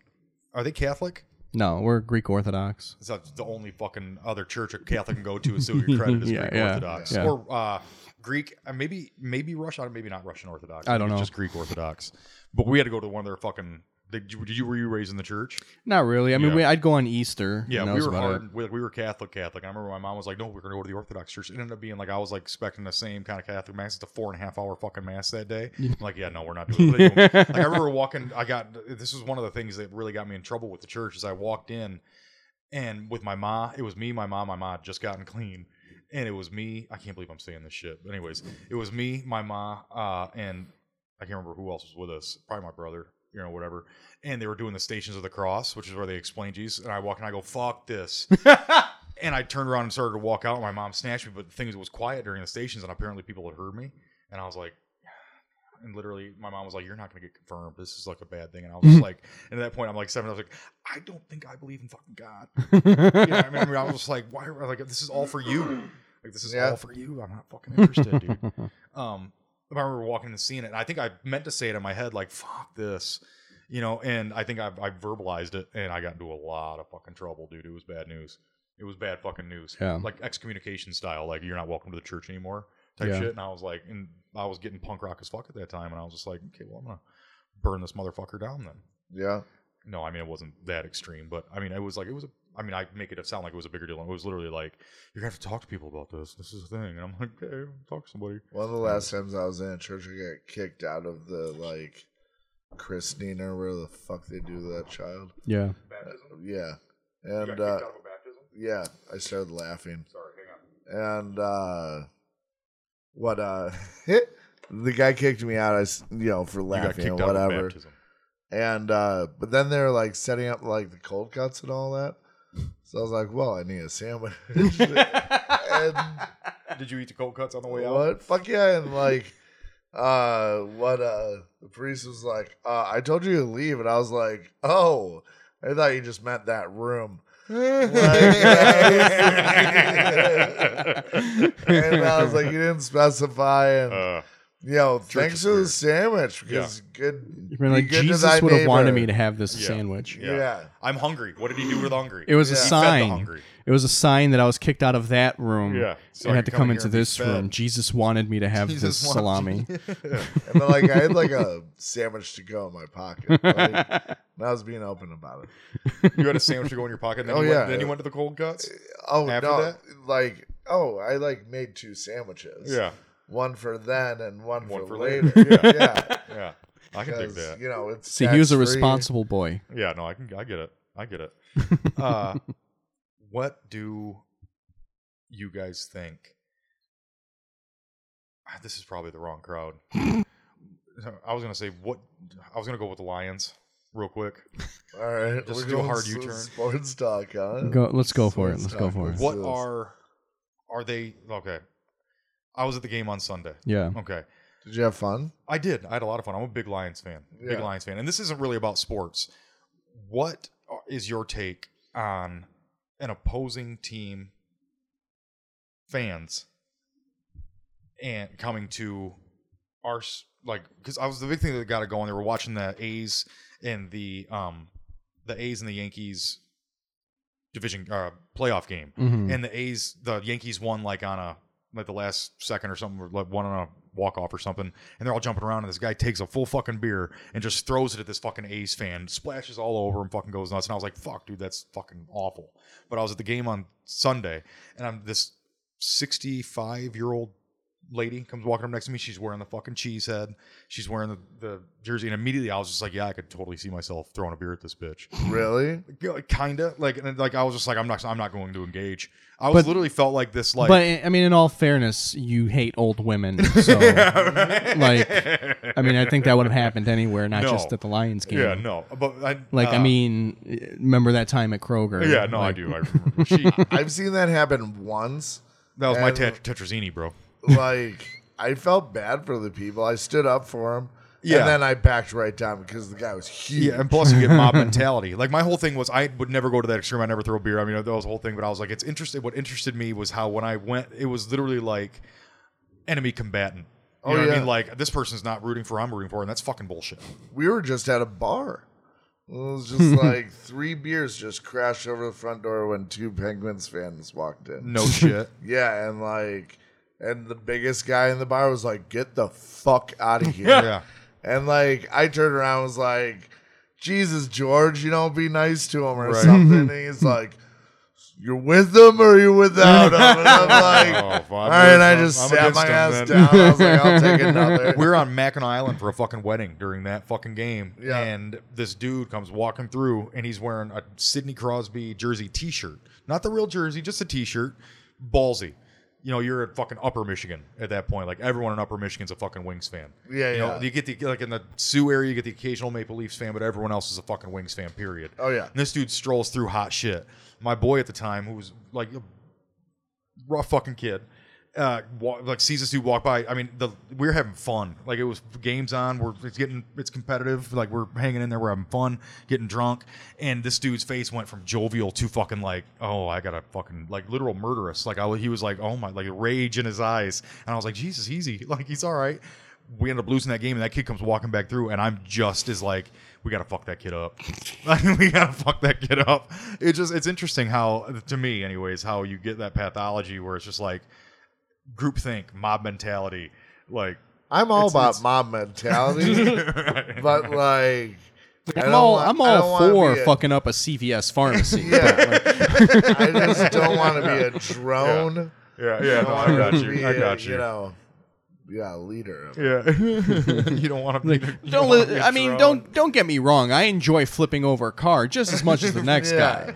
Speaker 2: are they Catholic?
Speaker 1: No, we're Greek Orthodox.
Speaker 2: Is that the only fucking other church a Catholic can go to and still
Speaker 1: [laughs]
Speaker 2: get credit as
Speaker 1: Yeah,
Speaker 2: Greek
Speaker 1: yeah,
Speaker 2: Orthodox
Speaker 1: yeah.
Speaker 2: or uh, Greek? Uh, maybe maybe Russian, maybe not Russian Orthodox.
Speaker 1: I don't
Speaker 2: Maybe
Speaker 1: know.
Speaker 2: Just Greek Orthodox. But we had to go to one of their fucking. Did you, did you were you raised in the church?
Speaker 1: Not really. I mean,
Speaker 2: Yeah.
Speaker 1: we, I'd go on Easter.
Speaker 2: Yeah,
Speaker 1: and that
Speaker 2: we
Speaker 1: was
Speaker 2: were
Speaker 1: about
Speaker 2: hard.
Speaker 1: it.
Speaker 2: We, we were Catholic, Catholic. And I remember my mom was like, "No, we're gonna go to the Orthodox church." It ended up being like I was like expecting the same kind of Catholic mass. It's a four and a half hour fucking mass that day. I'm like, yeah, no, we're not doing.
Speaker 1: [laughs]
Speaker 2: It. But anyway, [laughs] like I remember walking. I got this was one of the things that really got me in trouble with the church. Is I walked in, and with my ma, it was me, my mom, my ma had just gotten clean, and it was me. I can't believe I'm saying this shit. But anyways, it was me, my ma, uh, and I can't remember who else was with us. Probably my brother, you know, whatever. And they were doing the Stations of the Cross, which is where they explain Jesus. And I walk and I go, "Fuck this." and I turned around and started to walk out. and My mom snatched me, but the thing is, it was quiet during the stations, and apparently people had heard me. And I was like, and literally, my mom was like, "You're not going to get confirmed. This is like a bad thing." And I was just like, and at that point, I'm like seven. I was like, "I don't think I believe in fucking God." You know, I remember I was just like, "Why?" Like this is all for you. Like this is
Speaker 3: Yeah.
Speaker 2: all for you. I'm not fucking interested, dude. Um, I remember walking and seeing it, and I think I meant to say it in my head, like "fuck this," you know. And I think I, I verbalized it, and I got into a lot of fucking trouble, dude. It was bad news. It was bad fucking news,
Speaker 1: Yeah.
Speaker 2: like excommunication style, like you're not welcome to the church anymore type
Speaker 1: Yeah.
Speaker 2: shit. And I was like, and I was getting punk rock as fuck at that time, and I was just like, okay, well, I'm gonna burn this motherfucker down then.
Speaker 3: Yeah.
Speaker 2: No, I mean it wasn't that extreme, but I mean it was like it was. A, I mean I make it sound like it was a bigger deal. and It was literally like you're gonna have to talk to people about this. This is a thing, and I'm like, okay, talk to somebody.
Speaker 3: One of the last times I was in a church, I got kicked out of the like Christine or where the fuck they do to that child.
Speaker 1: [laughs] Yeah.
Speaker 3: Yeah. And uh, yeah, I started laughing. And uh, what uh, [laughs] the guy kicked me out. I s- you know for
Speaker 2: You got
Speaker 3: uh, laughing or
Speaker 2: kicked out of
Speaker 3: whatever.
Speaker 2: baptism.
Speaker 3: And uh, but then they're like setting up like the cold cuts and all that. So I was like, well, I need a sandwich. [laughs] and
Speaker 2: Did you eat the cold cuts on the way out?
Speaker 3: What? Fuck yeah. And like, [laughs] uh, what, uh, the priest was like, uh, I told you to leave. And I was like, oh, I thought you just meant
Speaker 2: [laughs]
Speaker 3: that room. Like, [laughs] that was- and I was like, you didn't specify. And,
Speaker 2: Uh,
Speaker 3: you know,
Speaker 2: is
Speaker 3: thanks for the
Speaker 2: weird.
Speaker 3: sandwich because good.
Speaker 1: You've been
Speaker 3: be
Speaker 1: like
Speaker 3: good to
Speaker 1: Jesus
Speaker 3: thy
Speaker 1: would have wanted
Speaker 3: neighbor."
Speaker 1: me to have this
Speaker 2: Yeah.
Speaker 1: sandwich.
Speaker 2: [laughs] Yeah.
Speaker 3: Yeah.
Speaker 2: I'm hungry. What did he do with hungry?
Speaker 1: It was a
Speaker 3: Yeah. He fed the
Speaker 1: sign.
Speaker 2: hungry.
Speaker 1: It was a sign that I was kicked out of that room.
Speaker 2: Yeah. So
Speaker 1: and
Speaker 2: I
Speaker 1: had to
Speaker 2: could
Speaker 1: come,
Speaker 2: come in
Speaker 1: into
Speaker 2: here and be
Speaker 1: this
Speaker 2: fed.
Speaker 1: room. Jesus wanted me to have
Speaker 2: Jesus
Speaker 1: this
Speaker 2: wanted-
Speaker 1: salami.
Speaker 3: And then, like, I had like a sandwich to go in my pocket. Like, and I was being open about it.
Speaker 2: You had a sandwich to go in your pocket. And then
Speaker 3: Oh,
Speaker 2: you went,
Speaker 3: yeah.
Speaker 2: Then you went to the cold cuts.
Speaker 3: Oh,
Speaker 2: After
Speaker 3: no.
Speaker 2: that?
Speaker 3: Like, oh, I like made two sandwiches.
Speaker 2: Yeah.
Speaker 3: one for then and one,
Speaker 2: One
Speaker 3: for,
Speaker 2: for
Speaker 3: later.
Speaker 2: later.
Speaker 3: yeah,
Speaker 2: Yeah. [laughs] I can dig
Speaker 3: because
Speaker 2: that.
Speaker 3: you know
Speaker 1: [laughs]
Speaker 3: it's.
Speaker 1: See, he was a
Speaker 3: tax-free.
Speaker 1: responsible boy.
Speaker 2: Yeah. No, I can. I get it. I get it. Uh, what do you guys think? Ah, This is probably the wrong crowd. I was gonna say what. I was gonna go with the Lions real quick.
Speaker 3: All right,
Speaker 2: Just
Speaker 3: we're
Speaker 2: do a
Speaker 3: going
Speaker 2: hard
Speaker 3: s-
Speaker 2: U-turn.
Speaker 3: Sports talk, huh?
Speaker 1: Go, let's go for it.
Speaker 3: Let's
Speaker 1: Let's go
Speaker 3: talk
Speaker 1: for it.
Speaker 3: about-
Speaker 2: What
Speaker 3: Yes.
Speaker 2: are are they? Okay, I was at the game on Sunday.
Speaker 1: Yeah.
Speaker 2: Okay,
Speaker 3: Did you have fun?
Speaker 2: I did. I had a lot of fun. I'm a big Lions fan. Big
Speaker 3: Yeah.
Speaker 2: Lions fan, and this isn't really about sports. What are- is your take on an opposing team fans and coming to our s- like? Because I was the big thing that got it going. They were watching the A's and the um the A's and the Yankees division uh, playoff game
Speaker 1: Mhm.
Speaker 2: and the A's, the Yankees won like on a like the last second or something, or like one on a walk off or something, and they're all jumping around, and this guy takes a full fucking beer and just throws it at this fucking A's fan, splashes all over him, fucking goes nuts, and I was like, fuck, dude, that's fucking awful. But I was at the game on Sunday, and I'm this 65 year old lady comes walking up next to me. She's wearing the fucking cheese head. She's wearing the, the jersey, and immediately I was just like, yeah, I could totally see myself throwing a beer at this bitch
Speaker 3: Really?
Speaker 2: kind of like and like I was just like I'm not I'm not going to engage. I was
Speaker 1: But-
Speaker 2: literally felt like this like
Speaker 1: but I I mean, in all fairness, you hate old
Speaker 2: [laughs]
Speaker 1: women, so like, I mean, I think that would have happened anywhere, not
Speaker 2: No.
Speaker 1: just at the Lions game.
Speaker 2: yeah no but I,
Speaker 1: Like, I
Speaker 2: uh,
Speaker 1: mean, remember that time at Kroger?
Speaker 2: yeah no I
Speaker 1: Like,
Speaker 2: do I remember.
Speaker 1: [laughs]
Speaker 2: She, that
Speaker 3: I've seen that happen once.
Speaker 2: was my
Speaker 3: And-
Speaker 2: tet- tetrazzini bro.
Speaker 3: Like I felt bad for the people. I stood up for him.
Speaker 2: Yeah.
Speaker 3: And then I backed right down because the guy was huge.
Speaker 2: Yeah, and plus you get
Speaker 1: [laughs]
Speaker 2: mob mentality. Like my whole thing was I would never go to that extreme. I never throw beer. I mean that was the whole thing. But I was like, it's interesting. What interested me was how when I went, it was literally like enemy combatant. You
Speaker 3: Oh,
Speaker 2: know what
Speaker 3: yeah.
Speaker 2: I mean? Like this person's not rooting for, I'm rooting for, and that's fucking bullshit.
Speaker 3: We were just at a bar. It was just
Speaker 2: [laughs]
Speaker 3: like three beers just crashed over the front door when two Penguins fans walked in.
Speaker 2: No shit.
Speaker 3: Yeah, and like, and the biggest guy in the bar was like, "Get the fuck out
Speaker 2: [laughs]
Speaker 3: of here!"
Speaker 2: [laughs] Yeah.
Speaker 3: And like, I turned around, and was like, "Jesus, George, you don't be nice to him or
Speaker 2: Right. [laughs]
Speaker 3: something." and he's like, "You're with them or you're without them?"
Speaker 2: [laughs]
Speaker 3: And I'm like,
Speaker 2: well,
Speaker 3: "All
Speaker 2: Oh, I'm
Speaker 3: right." And I
Speaker 2: against-
Speaker 3: just
Speaker 2: I'm
Speaker 3: sat
Speaker 2: against
Speaker 3: my
Speaker 2: him
Speaker 3: ass
Speaker 2: then.
Speaker 3: down. I was like,
Speaker 2: [laughs]
Speaker 3: "I'll take [laughs] another."
Speaker 2: we were on Mackinac Island for a fucking wedding during that fucking game,
Speaker 3: Yeah.
Speaker 2: and this dude comes walking through, and he's wearing a Sidney Crosby jersey T-shirt, not the real jersey, just a T-shirt, ballsy. You know, you're at fucking Upper Michigan at that point. Like everyone in Upper Michigan's a fucking Wings fan.
Speaker 3: Yeah,
Speaker 2: you
Speaker 3: yeah.
Speaker 2: Know, you get the like in the Sioux area, you get the occasional Maple Leafs fan, but everyone else is a fucking Wings fan. Period.
Speaker 3: Oh, yeah.
Speaker 2: And this dude strolls through hot shit. My boy at the time, who was like a rough fucking kid. Uh, wa- like sees this dude walk by. I mean, the we were having fun. Like it was games on. We're it's getting it's competitive. Like we're hanging in there. We're having fun, getting drunk. And this dude's face went from jovial to fucking like, oh, I got a fucking like literal murderous. Like I was- he was like, oh my, like rage in his eyes. And I was like, Jesus, easy. [laughs] Like he's all right. We end up losing that game, and that kid comes walking back through, and I'm just as like, we gotta fuck that kid up. [laughs] Like, we gotta fuck that kid up. It just it's interesting how to me, anyways, how you get that pathology where it's just like groupthink, mob mentality, like [laughs]
Speaker 3: I'm all
Speaker 2: It's-
Speaker 3: about
Speaker 2: it's- [laughs]
Speaker 3: mob mentality, but like, I
Speaker 1: I'm
Speaker 3: don't
Speaker 1: all,
Speaker 3: wa-
Speaker 1: I'm
Speaker 3: I don't
Speaker 1: all
Speaker 3: wanna
Speaker 1: for
Speaker 3: be a-
Speaker 1: fucking up a CVS
Speaker 2: [laughs]
Speaker 1: pharmacy.
Speaker 3: Yeah.
Speaker 1: [laughs]
Speaker 3: I just don't want to be a drone.
Speaker 2: yeah, yeah,
Speaker 3: I
Speaker 2: no,
Speaker 3: wanna
Speaker 2: I got
Speaker 3: be
Speaker 2: you, I
Speaker 3: a,
Speaker 2: got you.
Speaker 3: know,
Speaker 2: [laughs]
Speaker 3: yeah, leader. [laughs] Of
Speaker 2: Yeah, you don't want to be. you
Speaker 1: Don't.
Speaker 2: wanna [laughs]
Speaker 1: Li-
Speaker 2: be
Speaker 1: I mean,
Speaker 2: thrown.
Speaker 1: don't don't get me wrong. I enjoy flipping over a car just as much as
Speaker 2: [laughs]
Speaker 1: the next guy.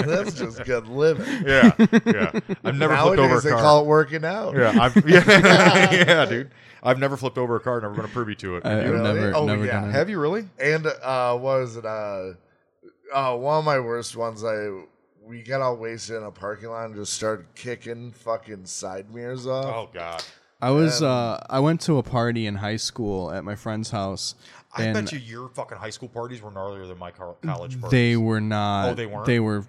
Speaker 3: That's just good living.
Speaker 2: Yeah, yeah. I've never flipped over a car.
Speaker 3: Nowadays they call it working out.
Speaker 2: yeah, I've, [laughs] yeah, yeah, dude. I've never flipped over a car. Never been a privy to it.
Speaker 1: I, have
Speaker 2: You-
Speaker 3: Really?
Speaker 1: never,
Speaker 3: Oh,
Speaker 1: never
Speaker 3: yeah.
Speaker 1: done it.
Speaker 2: have you really?
Speaker 3: And uh, what is it? Uh, uh, one of my worst ones. I we got all wasted in a parking lot and just started kicking fucking side mirrors off.
Speaker 2: Oh God.
Speaker 1: I was. Uh, I went to a party in high school at my friend's house.
Speaker 2: I
Speaker 1: and
Speaker 2: bet you your fucking high school parties were gnarlier than my col- college parties.
Speaker 1: They were not.
Speaker 2: Oh, they weren't?
Speaker 1: They were.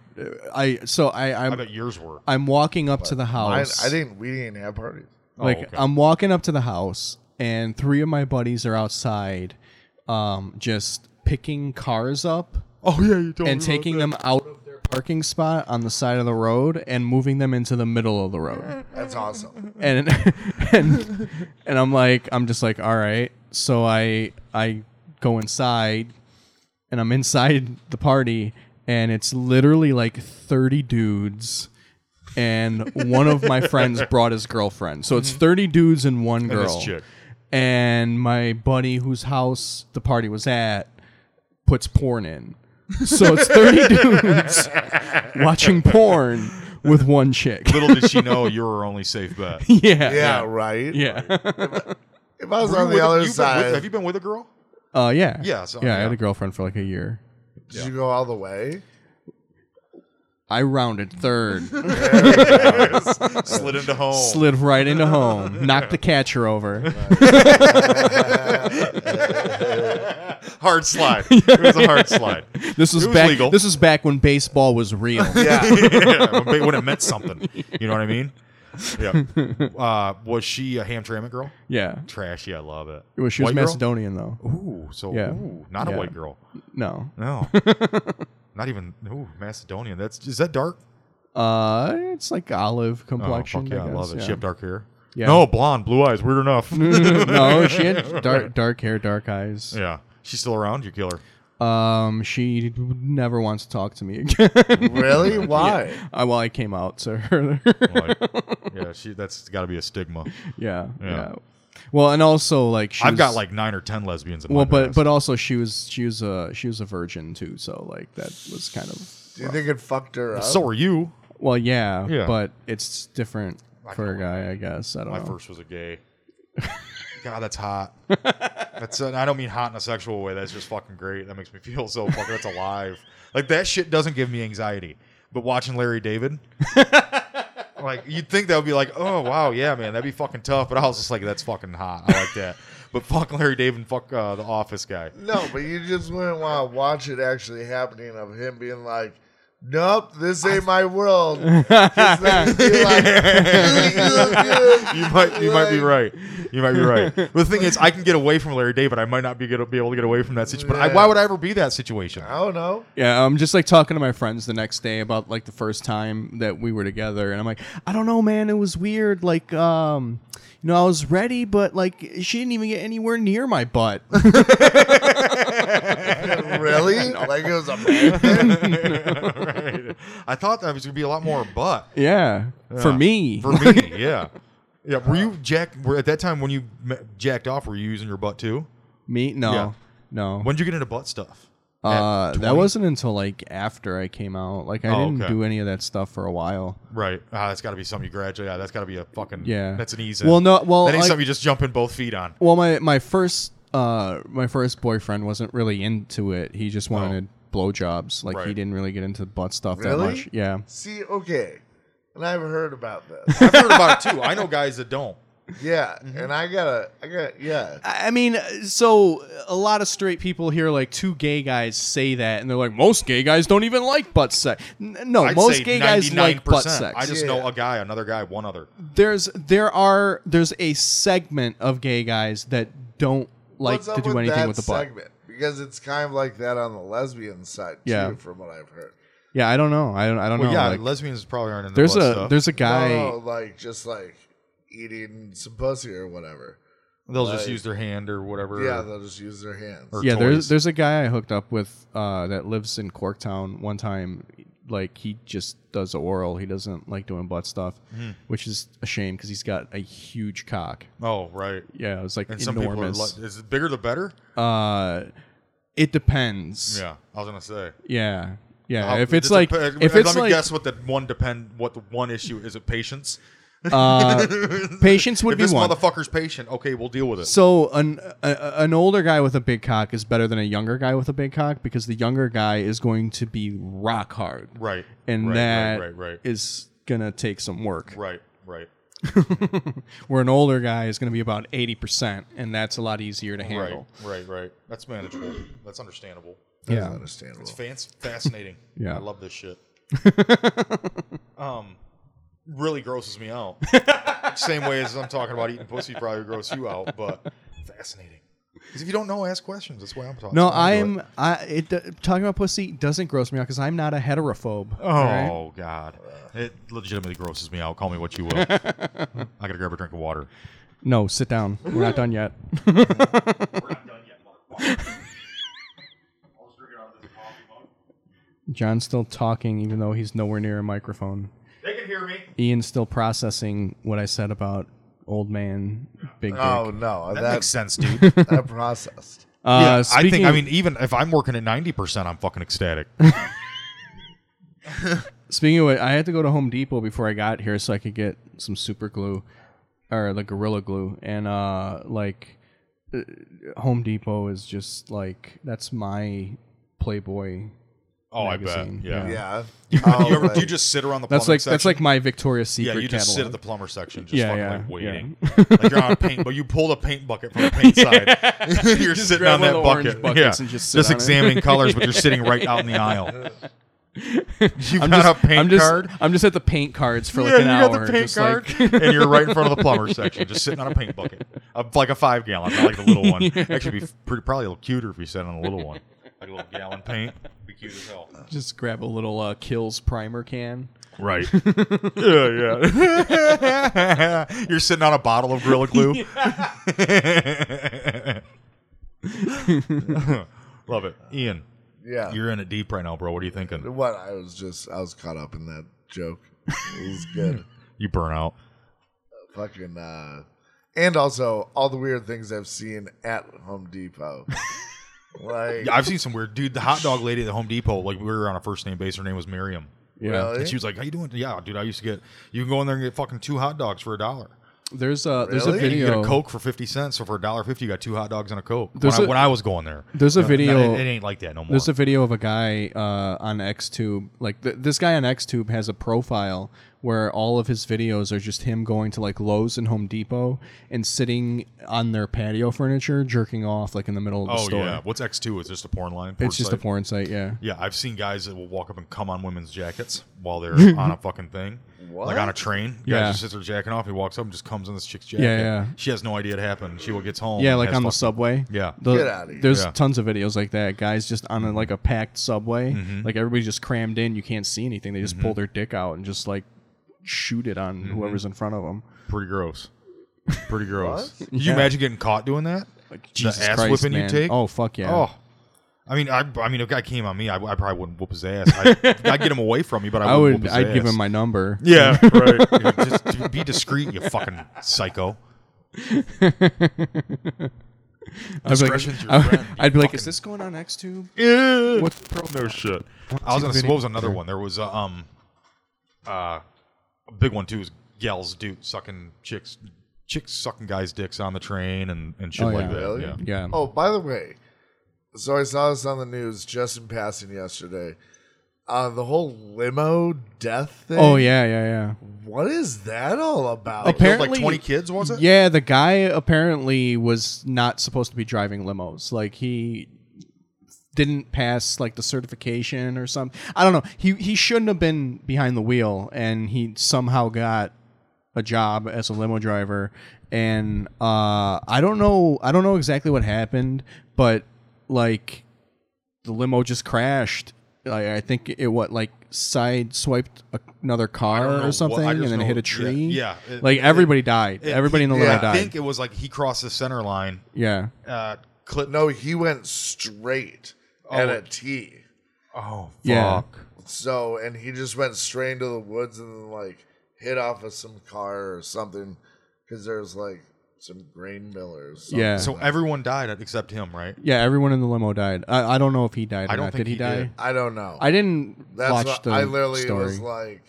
Speaker 1: I so I
Speaker 2: I
Speaker 1: I'm,
Speaker 2: bet yours were.
Speaker 1: I'm walking up to the
Speaker 3: I,
Speaker 1: house.
Speaker 3: I didn't. We didn't have parties.
Speaker 1: like
Speaker 2: oh, okay.
Speaker 1: I'm walking up to the house, and three of my buddies are outside, um, just picking cars up
Speaker 2: Oh yeah, you told
Speaker 1: and taking them out of their parking spot on the side of the road and moving them into the middle of
Speaker 2: [laughs]
Speaker 1: the road.
Speaker 3: That's awesome.
Speaker 1: and [laughs] and and I'm like, I'm just like, all right. So I I go inside, and I'm inside the party, and it's literally like 30 dudes, and one of my friends brought his girlfriend, so it's 30 dudes and one girl,
Speaker 2: this chick.
Speaker 1: and my buddy whose house the party was at puts porn in. So it's 30 dudes watching porn with one
Speaker 2: [laughs]
Speaker 1: chick.
Speaker 2: [laughs]
Speaker 1: [laughs]
Speaker 2: Little did she know you were her only safe bet.
Speaker 1: yeah.
Speaker 3: Yeah, right.
Speaker 1: Yeah.
Speaker 3: If I was
Speaker 2: Were you
Speaker 3: on
Speaker 2: with a- you've
Speaker 3: the other
Speaker 2: been with-
Speaker 3: side,
Speaker 2: have you been with a girl?
Speaker 1: Uh, yeah.
Speaker 2: Yeah, so-
Speaker 1: yeah, I had
Speaker 2: yeah.
Speaker 1: a girlfriend for like a year.
Speaker 3: did you go all the way?
Speaker 1: I
Speaker 2: [laughs]
Speaker 1: rounded third,
Speaker 2: Slid into home.
Speaker 1: slid right
Speaker 2: [laughs]
Speaker 1: into home, knocked the catcher over.
Speaker 2: Hard
Speaker 1: [laughs]
Speaker 2: slide. It was a hard slide.
Speaker 1: This was,
Speaker 2: It was
Speaker 1: back.
Speaker 2: legal.
Speaker 1: This was back when baseball was
Speaker 2: [laughs]
Speaker 1: real.
Speaker 3: [laughs] Yeah.
Speaker 2: yeah, when when it meant something. You know what I mean? Yeah.
Speaker 1: [laughs]
Speaker 2: Uh, was she a Hamtramck girl?
Speaker 1: yeah,
Speaker 2: Trashy. I love it.
Speaker 1: well, she was
Speaker 2: White girl?
Speaker 1: Macedonian though.
Speaker 2: Ooh, so
Speaker 1: Yeah.
Speaker 2: ooh, not
Speaker 1: Yeah.
Speaker 2: a white girl.
Speaker 1: No, [laughs]
Speaker 2: No. Not even ooh, Macedonian. That's is that dark?
Speaker 1: uh, it's like olive complexion.
Speaker 2: oh, fuck yeah, I,
Speaker 1: guess,
Speaker 2: love it. She have dark hair.
Speaker 1: Yeah. Mm-hmm.
Speaker 2: No, blonde, blue eyes. Weird
Speaker 1: [laughs]
Speaker 2: enough.
Speaker 1: no, she had dark, dark hair, dark eyes.
Speaker 2: [laughs] yeah. She's still around. You
Speaker 1: [laughs]
Speaker 2: kill her.
Speaker 1: Um, she never wants to talk to me [laughs] again.
Speaker 3: really? Why?
Speaker 1: Uh, well, I came out to her. [laughs]
Speaker 2: Like, yeah. She. That's got to be a stigma.
Speaker 1: yeah, yeah,
Speaker 2: Yeah.
Speaker 1: Well, and also like she
Speaker 2: I've got
Speaker 1: was-
Speaker 2: like nine or ten lesbians in
Speaker 1: well
Speaker 2: my
Speaker 1: but
Speaker 2: past.
Speaker 1: but also she was she was a she was a virgin too so like that was kind of
Speaker 3: Do you think it fucked her up?
Speaker 2: so are you.
Speaker 1: well yeah,
Speaker 2: Yeah.
Speaker 1: but it's different for a
Speaker 2: can-
Speaker 1: guy i guess i don't
Speaker 2: My
Speaker 1: know
Speaker 2: first was a gay. Oh. [laughs] God, that's hot. [laughs] That's and I don't mean hot in a sexual way. That's just fucking great. That makes me feel so fucking. That's alive. Like that shit doesn't give me anxiety. But watching Larry [laughs] David, like you'd think that would be like, oh wow, yeah, man, that'd be fucking tough. But I was just like, that's fucking hot. I like that. But fuck Larry David, and fuck uh, the Office guy.
Speaker 3: no, but you just wouldn't want to watch it actually happening of him being like, Nope, this ain't my world. [laughs] Just that- be like,
Speaker 2: You might, you might be right.
Speaker 3: Like-
Speaker 2: You might be right. the thing is, I can get away from Larry David. I might not be, get, be able to get away from that situation. But I,
Speaker 3: Yeah.
Speaker 2: why would I ever be that situation?
Speaker 3: I don't [laughs] know.
Speaker 1: yeah i'm just like talking to my friends the next day about like the first time that we were together and i'm like i don't know man it was weird like um you know i was ready but like she didn't even get anywhere near my butt [laughs]
Speaker 3: Really? Like it was [laughs] a bad thing?
Speaker 2: Right. I thought that was gonna be a lot more butt
Speaker 1: yeah, for
Speaker 2: [laughs]
Speaker 1: me
Speaker 2: for me. Yeah, yeah. Were you jack? Were at that time when you ma- jacked off? Were you using your butt too?
Speaker 1: me no
Speaker 2: Yeah.
Speaker 1: no
Speaker 2: When did you get into butt stuff? At
Speaker 1: uh,
Speaker 2: 20?
Speaker 1: that wasn't until like after I came out. Like I
Speaker 2: Oh,
Speaker 1: didn't
Speaker 2: okay.
Speaker 1: do any of that stuff for a while.
Speaker 2: right. Ah, that's got to be something you graduate. Yeah, that's got to be a fucking.
Speaker 1: Yeah.
Speaker 2: that's an easy.
Speaker 1: Well, no, well,
Speaker 2: that ain't
Speaker 1: like-
Speaker 2: something you just jump in both feet on.
Speaker 1: [laughs] Well, my my first uh my first boyfriend wasn't really into it. He just wanted blowjobs. Like he
Speaker 2: Oh. Right.
Speaker 1: didn't really get into butt stuff that
Speaker 3: Really?
Speaker 1: much. Yeah.
Speaker 3: See, okay. And I've heard about [laughs] this.
Speaker 2: I've heard about it too. I know guys that don't.
Speaker 3: Yeah. And I gotta I gotta yeah.
Speaker 1: I I mean, uh, so a lot of straight people hear like two gay guys say that, and they're like, most gay guys don't even like butt sex. N- no,
Speaker 2: I'd
Speaker 1: most
Speaker 2: say
Speaker 1: gay guys like butt
Speaker 2: 99%.
Speaker 1: sex.
Speaker 2: I just know a guy, another guy, one other.
Speaker 1: there's there are there's a segment of gay guys that don't like
Speaker 3: What's
Speaker 1: to
Speaker 3: up
Speaker 1: do anything
Speaker 3: that
Speaker 1: with the butt.
Speaker 3: Segment? Because it's kind of like that on the lesbian side too,
Speaker 1: Yeah.
Speaker 3: from what I've heard.
Speaker 1: Yeah, I don't know. I don't. I don't
Speaker 2: Well,
Speaker 1: know.
Speaker 2: yeah,
Speaker 1: like,
Speaker 2: lesbians probably aren't into
Speaker 1: there's
Speaker 2: butt
Speaker 1: a
Speaker 2: stuff.
Speaker 1: there's a guy.
Speaker 3: no, no, like just like eating some pussy or whatever.
Speaker 2: They'll just
Speaker 3: like-
Speaker 2: use their hand or whatever.
Speaker 3: Yeah, they'll just use their hands.
Speaker 2: Or-
Speaker 1: yeah,
Speaker 2: toys.
Speaker 1: there's there's a guy I hooked up with uh, that lives in Corktown one time. like he just does oral. He doesn't like doing butt stuff,
Speaker 2: Hmm.
Speaker 1: which is a shame because he's got a huge cock.
Speaker 2: Oh, right.
Speaker 1: Yeah, it was like
Speaker 2: And some people are
Speaker 1: enormous.
Speaker 2: like, is it bigger the better?
Speaker 1: uh, it depends.
Speaker 2: Yeah, I was gonna say.
Speaker 1: yeah, yeah.
Speaker 2: How-
Speaker 1: Uh, if it's
Speaker 2: does it
Speaker 1: like,
Speaker 2: pe-
Speaker 1: if
Speaker 2: let
Speaker 1: it's
Speaker 2: me
Speaker 1: like,
Speaker 2: guess what the one depend, what the one issue is it patience?
Speaker 1: patience
Speaker 2: [laughs]
Speaker 1: would
Speaker 2: if
Speaker 1: be
Speaker 2: this
Speaker 1: one.
Speaker 2: motherfucker's patient, okay, we'll deal with it.
Speaker 1: So an a, a- an older guy with a big cock is better than a younger guy with a big cock because the younger guy is going to be rock hard,
Speaker 2: right.
Speaker 1: and
Speaker 2: right,
Speaker 1: that
Speaker 2: right, right, right,
Speaker 1: is gonna take some work.
Speaker 2: right, right.
Speaker 1: Where an older guy is gonna be about eighty percent, and that's a lot easier to
Speaker 2: Right,
Speaker 1: handle.
Speaker 2: right, right. That's manageable. That's understandable.
Speaker 3: That's
Speaker 1: Yeah,
Speaker 3: understandable.
Speaker 2: It's fans- fascinating.
Speaker 1: [laughs] Yeah.
Speaker 2: I love this shit. um, really grosses me
Speaker 1: [laughs]
Speaker 2: out. Same way as I'm talking about eating pussy probably gross you out,
Speaker 1: [laughs]
Speaker 2: but fascinating. Because if you don't know, ask questions. That's why I'm talking.
Speaker 1: no,
Speaker 2: that's why do
Speaker 1: I'm I it, uh, talking about pussy doesn't gross me out because I'm not a heterophobe.
Speaker 2: it. Oh God, it legitimately grosses me out. Call me what you
Speaker 1: [laughs]
Speaker 2: will. I gotta grab a drink of water.
Speaker 1: No, sit down. We're not
Speaker 2: [laughs]
Speaker 1: done yet. John's still talking, even though he's nowhere near a microphone.
Speaker 2: They can hear me.
Speaker 1: Ian's still processing what I said about old man big dick.
Speaker 3: Oh no,
Speaker 2: That,
Speaker 3: that,
Speaker 2: makes sense,
Speaker 1: [laughs]
Speaker 2: dude.
Speaker 3: that processed.
Speaker 1: Uh,
Speaker 2: Yeah, I
Speaker 1: speaking
Speaker 2: think. I
Speaker 1: of-
Speaker 2: mean, even if I'm working at ninety percent, I'm fucking
Speaker 1: [laughs]
Speaker 2: ecstatic.
Speaker 1: Speaking of which, I had to go to Home Depot before I got here so I could get some super glue or like Gorilla Glue. And uh, like uh, Home Depot is just like that's my Playboy.
Speaker 2: Oh,
Speaker 1: Magazine,
Speaker 2: I bet. Yeah.
Speaker 1: yeah.
Speaker 3: Yeah.
Speaker 2: [laughs]
Speaker 3: Oh,
Speaker 2: You, ever,
Speaker 3: like-
Speaker 2: do you just sit around the
Speaker 1: That's
Speaker 2: plumbing
Speaker 1: like that's
Speaker 2: section?
Speaker 1: like my Victoria's
Speaker 2: Yeah,
Speaker 1: Secret
Speaker 2: you just sit at
Speaker 1: catalog.
Speaker 2: the plumber section, just
Speaker 1: Yeah,
Speaker 2: fucking
Speaker 1: yeah,
Speaker 2: like waiting.
Speaker 1: yeah.
Speaker 2: like you're on a paint, but you pulled a paint bucket
Speaker 1: [laughs]
Speaker 2: from the paint side. you're sitting on
Speaker 1: grab one
Speaker 2: that
Speaker 1: of the orange
Speaker 2: bucket, yeah,
Speaker 1: buckets and just sit on it.
Speaker 2: examining colors, but you're sitting right out in the
Speaker 1: [laughs]
Speaker 2: aisle. You've
Speaker 1: I'm
Speaker 2: got
Speaker 1: just,
Speaker 2: a paint
Speaker 1: I'm just,
Speaker 2: card.
Speaker 1: I'm just at the paint cards for like
Speaker 2: yeah,
Speaker 1: an
Speaker 2: you
Speaker 1: hour.
Speaker 2: got the paint
Speaker 1: just
Speaker 2: card,
Speaker 1: like-
Speaker 2: and you're right in front of the plumber section, just sitting on a paint bucket, Uh, like a five gallon, not like the
Speaker 1: [laughs]
Speaker 2: little one. Actually, be pretty, probably a little cuter if you sat on a little one, like a little gallon paint. Be cute as hell.
Speaker 1: [laughs] just grab a little uh, Kills primer can. [laughs]
Speaker 2: Right. yeah, [laughs] yeah. You're sitting on a bottle of Gorilla
Speaker 1: [laughs]
Speaker 2: Glue. [laughs] Love it. Ian,
Speaker 3: yeah.
Speaker 2: you're in it deep right now, bro. What are you thinking?
Speaker 3: What I was just I was caught up in that joke. It was good.
Speaker 2: [laughs] You burn out.
Speaker 3: Fucking uh and also all the weird things I've seen at Home
Speaker 2: [laughs]
Speaker 3: Depot. like
Speaker 2: Yeah, I've seen some weird dude. The hot dog lady at the Home Depot, like we were on a first name base. Her name was Miriam.
Speaker 1: Yeah.
Speaker 3: Really?
Speaker 2: And she was like, How you doing? Yeah, dude, I used to get you can go in there and get fucking two hot dogs for a dollar.
Speaker 1: There's a there's a
Speaker 3: Really?
Speaker 2: You get
Speaker 1: video.
Speaker 2: a Coke for fifty cents, so for a dollar fifty you got two hot dogs and a Coke. When
Speaker 1: There's
Speaker 2: I,
Speaker 1: a-
Speaker 2: when I was going there.
Speaker 1: there's a
Speaker 2: No,
Speaker 1: video-
Speaker 2: it ain't like that no more.
Speaker 1: There's a video of a guy uh, on XTube. Like th- this guy on XTube has a profile where all of his videos are just him going to like Lowe's and Home Depot and sitting on their patio furniture, jerking off like in the middle of the
Speaker 2: Oh
Speaker 1: store.
Speaker 2: yeah, what's X two? Is just a porn line?
Speaker 1: It's just a
Speaker 2: site?
Speaker 1: porn site, yeah.
Speaker 2: Yeah, I've seen guys that will walk up and come on women's jackets while
Speaker 1: [laughs]
Speaker 2: they're on a fucking thing, like on a train. The guy
Speaker 1: Yeah.
Speaker 2: just sits there jacking off. He walks up and just comes on this chick's jacket.
Speaker 1: yeah.
Speaker 2: She has no idea it happened. She gets home.
Speaker 1: Yeah,
Speaker 2: and
Speaker 1: like
Speaker 2: has
Speaker 1: on the
Speaker 2: fuck-
Speaker 1: subway.
Speaker 2: Yeah.
Speaker 1: The-
Speaker 3: Get outta here.
Speaker 1: There's
Speaker 2: Yeah.
Speaker 1: tons of videos like that. Guys just on a, like a packed subway,
Speaker 2: Mm-hmm.
Speaker 1: like everybody's just crammed in. You can't see anything. They just pull their dick out and just like shoot it
Speaker 2: Mm-hmm.
Speaker 1: on whoever's in front of them.
Speaker 2: Pretty gross. Pretty gross. Can you
Speaker 1: Yeah.
Speaker 2: imagine getting caught doing that?
Speaker 1: Like
Speaker 2: ass whipping you take?
Speaker 1: Oh fuck yeah!
Speaker 2: Oh. I mean, I, I mean, if a guy came on me, I, I probably wouldn't whoop his ass. I,
Speaker 1: [laughs]
Speaker 2: I'd get him away from me, but I,
Speaker 1: I
Speaker 2: wouldn't
Speaker 1: would.
Speaker 2: Whoop his
Speaker 1: I'd give
Speaker 2: ass.
Speaker 1: him my number. [laughs]
Speaker 2: Yeah, right. Yeah, just be discreet, you fucking psycho.
Speaker 1: I'd be like,
Speaker 2: Discretion's your
Speaker 1: I would-
Speaker 2: friend, you
Speaker 1: I'd be like, is
Speaker 2: fucking-
Speaker 1: this going on XTube?
Speaker 2: Yeah.
Speaker 1: What's the problem?
Speaker 2: No shit. I was gonna say, what was another one? There was a um, uh, a big one too. Is gals dude sucking chicks, chicks sucking guys' dicks on the train and and shit
Speaker 1: Oh,
Speaker 2: like
Speaker 1: yeah.
Speaker 2: that.
Speaker 3: Really?
Speaker 2: Yeah.
Speaker 1: Yeah.
Speaker 3: Oh, by the way, so I saw this on the news just in passing yesterday. Uh, the whole limo death thing.
Speaker 1: Oh yeah, yeah, yeah.
Speaker 3: What is that all about?
Speaker 1: Apparently-
Speaker 2: Killed like twenty kids, was it?
Speaker 1: Yeah, the guy apparently was not supposed to be driving limos. Like he didn't pass like the certification or something. I don't know. He he shouldn't have been behind the wheel and he somehow got a job as a limo driver and uh I don't know I don't know exactly what happened, but like the limo just crashed. I, I think it what like side swiped another
Speaker 2: I don't
Speaker 1: car
Speaker 2: know
Speaker 1: or something
Speaker 2: what- I
Speaker 1: and
Speaker 2: just
Speaker 1: then
Speaker 2: know-
Speaker 1: hit
Speaker 2: yeah,
Speaker 1: a tree.
Speaker 2: yeah, it-
Speaker 1: like
Speaker 2: it-
Speaker 1: everybody died. everybody in the limo
Speaker 3: yeah,
Speaker 2: I
Speaker 1: died.
Speaker 2: think it was like he crossed the center line.
Speaker 1: yeah.
Speaker 2: Uh, clip.
Speaker 3: No, he went straight at
Speaker 2: Oh.
Speaker 3: a T.
Speaker 2: Oh fuck.
Speaker 1: Yeah.
Speaker 3: So, and he just went straight into the woods and then, like hit off of some car or something because there's like some grain millers.
Speaker 1: Yeah.
Speaker 2: So everyone died except him, right?
Speaker 1: yeah, everyone in the limo died. I, I don't know if he died. Or
Speaker 2: I don't
Speaker 1: not.
Speaker 2: think
Speaker 1: did he,
Speaker 2: he
Speaker 1: die?
Speaker 2: did.
Speaker 3: I don't know.
Speaker 1: I didn't
Speaker 3: That's
Speaker 1: watch
Speaker 3: what
Speaker 1: the
Speaker 3: I literally
Speaker 1: story.
Speaker 3: was like,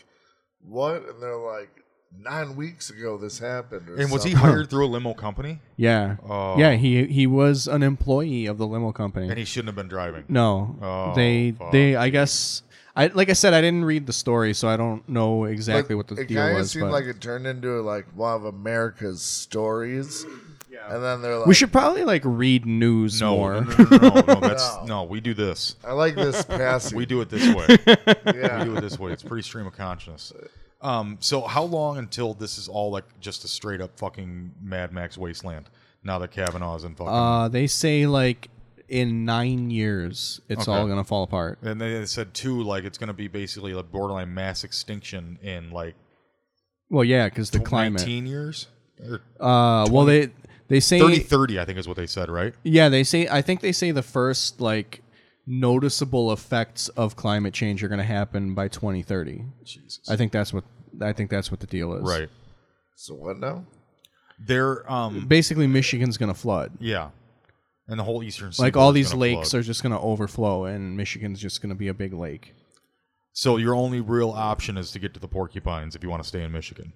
Speaker 3: what? And they're like, nine weeks ago this happened. Or
Speaker 2: And was he
Speaker 3: [laughs] something.
Speaker 2: hired through a limo company?
Speaker 1: yeah,
Speaker 2: Oh.
Speaker 1: yeah. He he was an employee of the limo company.
Speaker 2: And he shouldn't have been driving.
Speaker 1: no,
Speaker 2: Oh,
Speaker 1: they
Speaker 2: fuck.
Speaker 1: they. I guess I like I said I didn't read the story, so I don't know exactly
Speaker 3: But
Speaker 1: what the
Speaker 3: it
Speaker 1: deal
Speaker 3: kinda
Speaker 1: was.
Speaker 3: seemed
Speaker 1: But
Speaker 3: like it turned into like one of America's stories. And then they're like,
Speaker 1: we should probably like read news
Speaker 2: No,
Speaker 1: more.
Speaker 2: no, no, no, no, no, that's
Speaker 3: No.
Speaker 2: no. We do this.
Speaker 3: I like this passing.
Speaker 2: We do it this way. we
Speaker 3: Yeah.
Speaker 2: do it this way. It's pretty stream of consciousness. Um, so how long until this is all like just a straight up fucking Mad Max wasteland? Now that Kavanaugh's in fucking,
Speaker 1: [laughs] Uh, they say like in nine years, it's all gonna fall apart.
Speaker 2: and they said too, like it's going to be basically like borderline mass extinction in like
Speaker 1: Well, yeah, because the climate.
Speaker 2: nineteen years, or
Speaker 1: Uh, well, they they say
Speaker 2: 30, 30, I think is what they said, right?
Speaker 1: yeah, they say I think they say the first like noticeable effects of climate change are gonna happen by 2030.
Speaker 2: Jesus,
Speaker 1: I think that's what I think that's what the deal is.
Speaker 2: right?
Speaker 3: So what now?
Speaker 2: They're um,
Speaker 1: Basically, Michigan's gonna flood.
Speaker 2: yeah, and the whole eastern
Speaker 1: Like all these lakes are just gonna overflow, and Michigan's just gonna be a big lake.
Speaker 2: So your only real option is to get to the porcupines if you want to stay in Michigan.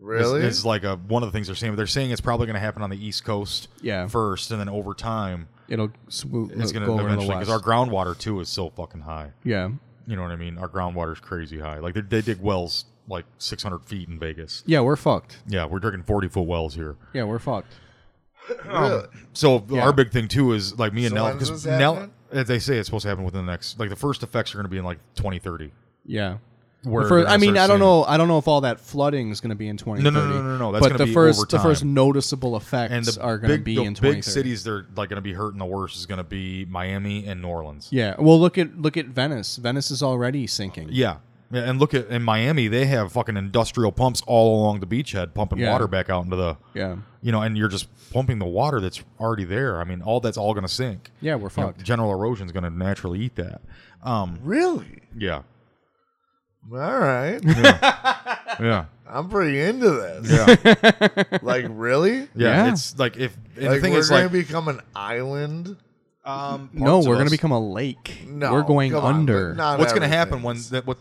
Speaker 3: Really?
Speaker 2: It's, like a one of the things they're saying. They're saying it's probably going to happen on the East Coast
Speaker 1: Yeah.
Speaker 2: first, and then over time
Speaker 1: It'll swoop.
Speaker 2: it's going
Speaker 1: go
Speaker 2: to
Speaker 1: over to the
Speaker 2: eventually because
Speaker 1: west.
Speaker 2: our groundwater too is so fucking high.
Speaker 1: yeah,
Speaker 2: You know what I mean? Our groundwater's crazy high. Like they, they dig wells like 600 feet in Vegas.
Speaker 1: yeah, we're fucked.
Speaker 2: Yeah, we're digging 40 foot wells here.
Speaker 1: Yeah, we're fucked.
Speaker 3: Really?
Speaker 2: So
Speaker 1: Yeah.
Speaker 2: our big thing too is like me and
Speaker 3: So
Speaker 2: Nell
Speaker 3: when's
Speaker 2: because
Speaker 3: this
Speaker 2: Nell
Speaker 3: happening?
Speaker 2: as they say it's supposed to happen within the next like the first effects are going to be in like 2030.
Speaker 1: Yeah.
Speaker 2: Where
Speaker 1: The fir-
Speaker 2: they're gonna
Speaker 1: I mean,
Speaker 2: start
Speaker 1: I don't
Speaker 2: seeing-
Speaker 1: know. I don't know if all that flooding is going to be in 2030.
Speaker 2: no, no, no, that's
Speaker 1: but
Speaker 2: gonna
Speaker 1: the
Speaker 2: be
Speaker 1: first,
Speaker 2: over
Speaker 1: the first
Speaker 2: time.
Speaker 1: noticeable effects
Speaker 2: and the
Speaker 1: are going to
Speaker 2: big,
Speaker 1: be
Speaker 2: the
Speaker 1: in 2030.
Speaker 2: big cities they're like going to be hurting the worst is going to be Miami and New Orleans.
Speaker 1: Yeah. Well, look at look at Venice. Venice is already sinking.
Speaker 2: Yeah. Yeah, and look at in Miami they have fucking industrial pumps all along the beachhead pumping
Speaker 1: Yeah.
Speaker 2: water back out into the
Speaker 1: Yeah.
Speaker 2: you know, and you're just pumping the water that's already there. I mean, all that's all going to sink.
Speaker 1: Yeah, we're
Speaker 2: You know,
Speaker 1: fucked.
Speaker 2: general erosion's going to naturally eat that. Um,
Speaker 3: Really?
Speaker 2: yeah,
Speaker 3: All right.
Speaker 2: yeah,
Speaker 3: I'm pretty into this.
Speaker 2: yeah, yeah.
Speaker 3: [laughs] Like, really?
Speaker 1: Yeah.
Speaker 2: It's like if and
Speaker 3: Like,
Speaker 2: the thing
Speaker 3: we're
Speaker 2: is
Speaker 3: gonna
Speaker 2: like
Speaker 3: become an island.
Speaker 2: um,
Speaker 1: No,
Speaker 2: parts of
Speaker 1: we're going
Speaker 2: us-
Speaker 1: to become a lake.
Speaker 3: No,
Speaker 1: we're going
Speaker 3: come on,
Speaker 1: under.
Speaker 3: but not
Speaker 2: What's going to
Speaker 3: everything.
Speaker 2: happen when that what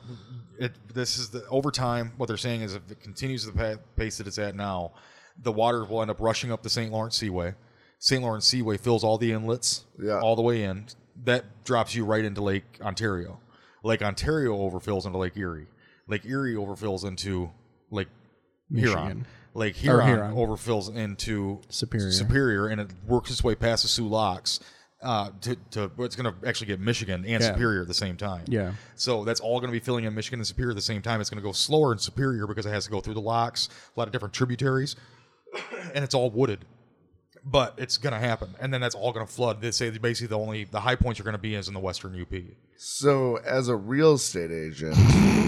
Speaker 2: it, this is the over time? What they're saying is if it continues the pa- pace that it's at now, the water will end up rushing up the St. Lawrence Seaway. St. Lawrence Seaway fills all the inlets,
Speaker 3: Yeah.
Speaker 2: all the way in. That drops you right into Lake Ontario. Lake Ontario overfills into Lake Erie. Lake Erie overfills into Lake Huron.
Speaker 1: Michigan.
Speaker 2: Lake
Speaker 1: Or
Speaker 2: Huron,
Speaker 1: Huron.
Speaker 2: overfills into
Speaker 1: Superior.
Speaker 2: Superior, and it works its way past the Sioux Locks uh, to, to it's going to actually get Michigan and
Speaker 1: Yeah.
Speaker 2: Superior at the same time.
Speaker 1: Yeah.
Speaker 2: So that's all going to be filling in Michigan and Superior at the same time. It's going to go slower in Superior because it has to go through the locks, a lot of different tributaries, and it's all wooded. But it's going to happen, and then that's all going to flood. They say basically the only the high points you're going to be is in the Western UP.
Speaker 3: So, as a real estate agent,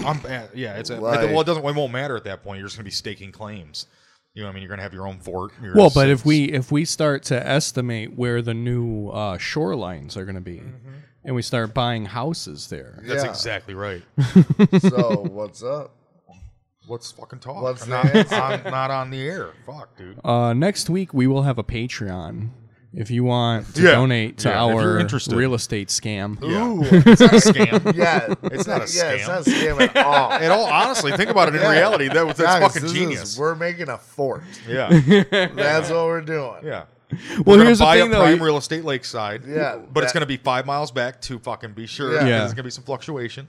Speaker 2: I'm uh, yeah, it's a,
Speaker 3: Like-
Speaker 2: well, it doesn't it won't matter at that point. You're just going to be staking claims. You know, what I mean, you're going to have your own fort. your
Speaker 1: Well,
Speaker 2: own
Speaker 1: but if
Speaker 2: citizens.
Speaker 1: we if we start to estimate where the new uh, shorelines are going to be,
Speaker 2: Mm-hmm.
Speaker 1: and we start buying houses there,
Speaker 2: [laughs] That's
Speaker 3: Yeah.
Speaker 2: exactly
Speaker 3: [laughs]
Speaker 2: right.
Speaker 3: so what's up?
Speaker 2: What's fucking talk?
Speaker 3: What's
Speaker 2: I'm
Speaker 3: the
Speaker 2: not, I'm not on the air. Fuck, dude.
Speaker 1: Uh, next week we will have a Patreon. If you want to
Speaker 2: Yeah.
Speaker 1: donate to
Speaker 2: Yeah, if you're
Speaker 1: our
Speaker 2: interested.
Speaker 1: real estate scam,
Speaker 2: Yeah. it's not a
Speaker 3: [laughs]
Speaker 2: scam.
Speaker 3: Yeah,
Speaker 2: It's not a
Speaker 3: yeah, it's
Speaker 2: scam.
Speaker 3: not a scam at all.
Speaker 2: At all, honestly, think about it. In
Speaker 3: Yeah.
Speaker 2: reality, that was that's
Speaker 3: Guys,
Speaker 2: fucking
Speaker 3: this is-
Speaker 2: genius.
Speaker 3: we're making a fort.
Speaker 2: yeah,
Speaker 3: That's what we're doing. [laughs]
Speaker 2: yeah.
Speaker 1: well,
Speaker 2: We're
Speaker 1: here's
Speaker 2: gonna
Speaker 1: the
Speaker 2: buy
Speaker 1: thing
Speaker 2: a
Speaker 1: though.
Speaker 2: prime
Speaker 1: you-
Speaker 2: real estate lakeside.
Speaker 3: Yeah,
Speaker 2: but it's
Speaker 3: that-
Speaker 2: gonna be five miles back to fucking be sure.
Speaker 3: Yeah.
Speaker 2: and
Speaker 1: Yeah.
Speaker 2: there's gonna be some fluctuation.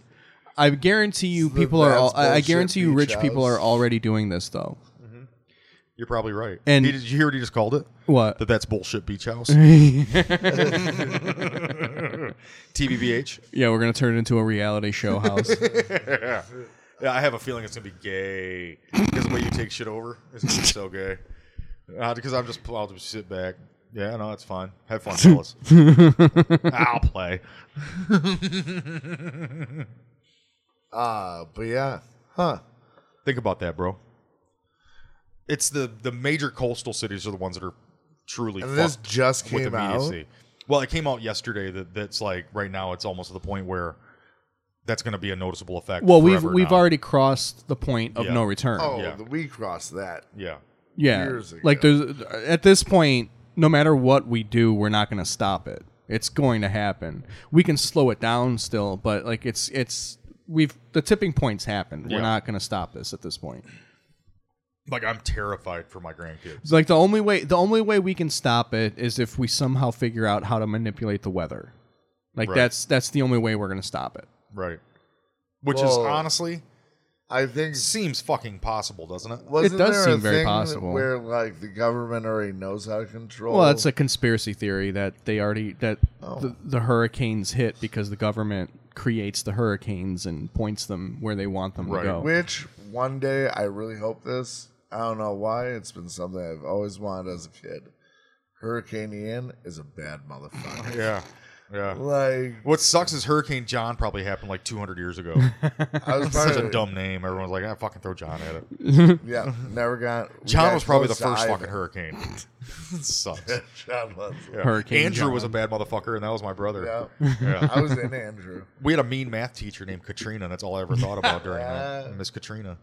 Speaker 1: I guarantee you,
Speaker 3: the
Speaker 1: people are.
Speaker 3: That's
Speaker 1: All, I I
Speaker 3: Bullshit
Speaker 1: guarantee you,
Speaker 3: Beach
Speaker 1: rich people
Speaker 3: House.
Speaker 1: are already doing this though.
Speaker 2: You're probably right.
Speaker 1: And-
Speaker 2: He- did you hear what he just called it?
Speaker 1: What?
Speaker 2: That that's bullshit. Beach
Speaker 1: [laughs]
Speaker 2: house. [laughs] TBBH.
Speaker 1: yeah, we're gonna turn it into a reality
Speaker 2: [laughs]
Speaker 1: show house.
Speaker 2: Yeah, I have a feeling it's gonna be gay because the way you take shit over is gonna be so gay. Uh, because I'm just I'll just sit back. Yeah, no, that's fine. Have fun,
Speaker 1: [laughs]
Speaker 2: fellas. I'll play.
Speaker 3: Uh, but yeah, huh?
Speaker 2: Think about that, bro. It's the the major coastal cities are the ones that are truly.
Speaker 3: And this
Speaker 2: fucked
Speaker 3: just
Speaker 2: with
Speaker 3: came
Speaker 2: the
Speaker 3: out.
Speaker 2: immediacy. Well, it came out yesterday. That that's like right now. It's almost to the point where that's going to be a noticeable effect.
Speaker 1: Well, we've
Speaker 2: forever
Speaker 1: we've
Speaker 2: now.
Speaker 1: already crossed the point of
Speaker 2: Yeah.
Speaker 1: no return.
Speaker 3: Oh,
Speaker 2: Yeah.
Speaker 3: the we crossed that.
Speaker 2: yeah.
Speaker 1: yeah,
Speaker 3: years ago.
Speaker 1: like there's at this point, no matter what we do, we're not going to stop it. It's going to happen. We can slow it down still, but like it's it's we've the tipping point's happened.
Speaker 2: Yeah.
Speaker 1: We're not going to stop this at this point.
Speaker 2: Like I'm terrified for my grandkids.
Speaker 1: It's like the only way the only way we can stop it is if we somehow figure out how to manipulate the weather. Like
Speaker 2: Right.
Speaker 1: that's that's the only way we're going to stop it.
Speaker 2: Right. Which is
Speaker 3: Well-
Speaker 2: honestly
Speaker 3: I think
Speaker 2: seems fucking possible, doesn't it?
Speaker 3: wasn't
Speaker 1: does
Speaker 3: there a
Speaker 1: seem very
Speaker 3: thing
Speaker 1: possible.
Speaker 3: where like the government already knows how to control.
Speaker 1: Well,
Speaker 2: Oh.
Speaker 1: that's a conspiracy theory that they already that the, the hurricanes hit because the government creates the hurricanes and points them where they want them
Speaker 2: Right.
Speaker 1: to go.
Speaker 3: Which one day I really hope this. I don't know why. It's been something I've always wanted as a kid. Hurricane Ian is a bad motherfucker.
Speaker 2: [laughs] Yeah. Yeah.
Speaker 3: like
Speaker 2: What sucks is Hurricane John probably happened like 200 years
Speaker 3: [laughs]
Speaker 2: ago.
Speaker 3: I was
Speaker 2: [laughs] Such a
Speaker 3: probably-
Speaker 2: dumb name. Everyone's like, "I fucking throw John at it."
Speaker 3: Yeah, never got. we
Speaker 2: John
Speaker 3: got
Speaker 2: was probably the
Speaker 3: close to
Speaker 2: first
Speaker 3: Ivan.
Speaker 2: fucking hurricane. [laughs] It
Speaker 3: [laughs]
Speaker 2: sucks.
Speaker 3: John was.
Speaker 2: Yeah.
Speaker 1: Hurricane
Speaker 2: Andrew was a
Speaker 1: John.
Speaker 2: bad motherfucker, and that was my brother.
Speaker 3: Yeah.
Speaker 2: Yeah. [laughs]
Speaker 3: I was in Andrew.
Speaker 2: We had a mean math teacher named Katrina. That's all I ever thought about during
Speaker 3: Yeah.
Speaker 2: [laughs] that. Miss Katrina.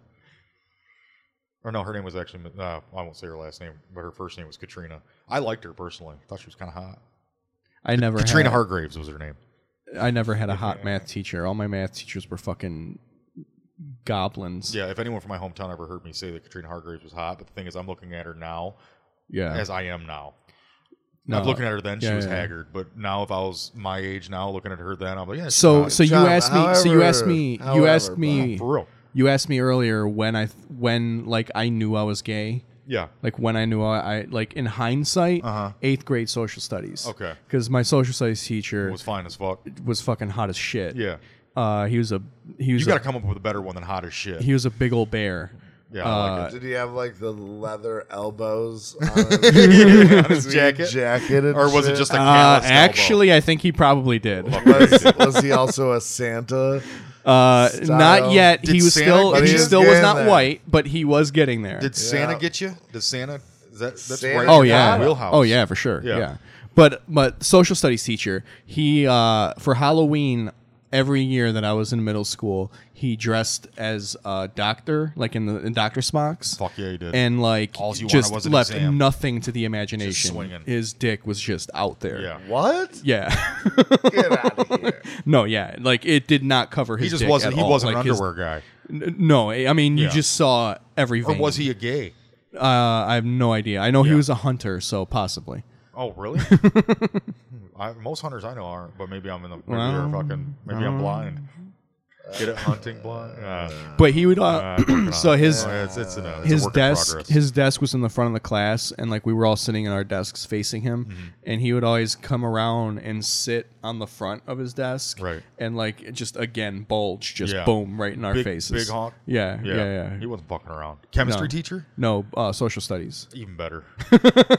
Speaker 2: Or no, her name was actually, uh, I won't say her last name, but her first name was Katrina. I liked her personally. I thought she was kind of hot.
Speaker 1: I never
Speaker 2: Katrina
Speaker 1: had,
Speaker 2: Hargraves was her name.
Speaker 1: I never had a hot math teacher. All my math teachers were fucking goblins.
Speaker 2: Yeah, if anyone from my hometown ever heard me say that Katrina Hargraves was hot, but the thing is, I'm looking at her now
Speaker 1: Yeah.
Speaker 2: as I am now.
Speaker 1: No.
Speaker 2: I'm looking at her then, she
Speaker 1: yeah,
Speaker 2: was
Speaker 1: yeah.
Speaker 2: haggard. But now, if I was my age now, looking at her then, I'm like, yeah, she's
Speaker 1: so
Speaker 2: hot.
Speaker 1: so you
Speaker 3: John,
Speaker 1: asked me so you asked me
Speaker 3: however-
Speaker 1: you asked
Speaker 3: however,
Speaker 1: me
Speaker 2: for real.
Speaker 1: you asked me earlier when I th- when like I knew I was gay.
Speaker 2: Yeah.
Speaker 1: like when I knew I, I like in hindsight,
Speaker 2: Uh-huh.
Speaker 1: eighth grade social studies.
Speaker 2: Okay.
Speaker 1: Because my social studies teacher
Speaker 2: It
Speaker 1: was,
Speaker 2: was fine as fuck.
Speaker 1: fucking hot as shit.
Speaker 2: Yeah.
Speaker 1: Uh, he was a he
Speaker 2: You
Speaker 1: was
Speaker 2: got
Speaker 1: a,
Speaker 2: to come up with a better one than hot as shit.
Speaker 1: he was a big old bear. Uh,
Speaker 2: Yeah, I like
Speaker 3: Did he have like the leather
Speaker 2: [laughs]
Speaker 3: elbows on his
Speaker 2: it.
Speaker 3: [laughs]
Speaker 2: his jacket.
Speaker 3: jacket, and
Speaker 2: Or was it
Speaker 3: shit? [laughs]
Speaker 2: just a
Speaker 1: Uh,
Speaker 2: calloused elbow?
Speaker 1: actually, I think he probably did.
Speaker 3: Was, was he also a Santa?
Speaker 1: Uh,
Speaker 3: Style.
Speaker 1: not yet.
Speaker 2: Did
Speaker 1: he was
Speaker 2: Santa
Speaker 1: still
Speaker 2: get
Speaker 1: he
Speaker 2: you?
Speaker 1: still was
Speaker 3: Getting
Speaker 1: not
Speaker 3: there.
Speaker 1: white, but he was getting there.
Speaker 2: Did Santa
Speaker 3: Yeah.
Speaker 2: get you? Does Santa? Is that that's
Speaker 3: Santa
Speaker 2: right.
Speaker 1: oh
Speaker 2: in your
Speaker 1: yeah,
Speaker 2: Wheelhouse.
Speaker 1: Oh yeah, for sure.
Speaker 2: Yeah.
Speaker 1: Yeah. But but social studies teacher, he uh, for Halloween every year that I was in middle school, he dressed as a doctor, like in the in doctor smocks.
Speaker 2: Fuck yeah, he did.
Speaker 1: And like
Speaker 2: All you wanted
Speaker 1: just
Speaker 2: was an
Speaker 1: left
Speaker 2: exam.
Speaker 1: nothing to the imagination.
Speaker 2: swinging.
Speaker 1: His dick was just out there.
Speaker 2: yeah.
Speaker 3: What?
Speaker 1: Yeah. [laughs]
Speaker 3: Get
Speaker 2: [laughs]
Speaker 3: out of here!
Speaker 1: no, yeah. Like it did not cover his
Speaker 2: He just
Speaker 1: dick
Speaker 2: wasn't.
Speaker 1: at
Speaker 2: He
Speaker 1: all.
Speaker 2: wasn't
Speaker 1: Like,
Speaker 2: an
Speaker 1: his-
Speaker 2: underwear guy.
Speaker 1: n- no, I mean you
Speaker 2: Yeah.
Speaker 1: just saw every
Speaker 2: Or
Speaker 1: vein.
Speaker 2: was he a gay?
Speaker 1: Uh, I have no idea. I know
Speaker 2: Yeah.
Speaker 1: he was a hunter, so possibly.
Speaker 2: Oh
Speaker 1: [laughs]
Speaker 2: really? I, most hunters I know aren't, but maybe I'm in the maybe they're
Speaker 1: Well, uh,
Speaker 2: fucking maybe I'm blind. Get it hunting
Speaker 1: [laughs]
Speaker 2: blind. Uh,
Speaker 1: But he would. Uh,
Speaker 2: I'm
Speaker 1: [clears throat]
Speaker 2: working
Speaker 1: so
Speaker 2: on it.
Speaker 1: his
Speaker 2: Uh, it's, it's an, uh, it's a
Speaker 1: his
Speaker 2: work in
Speaker 1: desk
Speaker 2: progress.
Speaker 1: his desk was in the front of the class and like we were all sitting in our desks facing him
Speaker 2: Mm-hmm.
Speaker 1: and he would always come around and sit on the front of his desk
Speaker 2: Right.
Speaker 1: and like just again bulge just
Speaker 2: Yeah.
Speaker 1: boom right in our
Speaker 2: Big-
Speaker 1: faces
Speaker 2: big honk?
Speaker 1: yeah yeah yeah,
Speaker 2: He wasn't fucking around. Chemistry
Speaker 1: No.
Speaker 2: teacher.
Speaker 1: no uh, social studies
Speaker 2: Even better.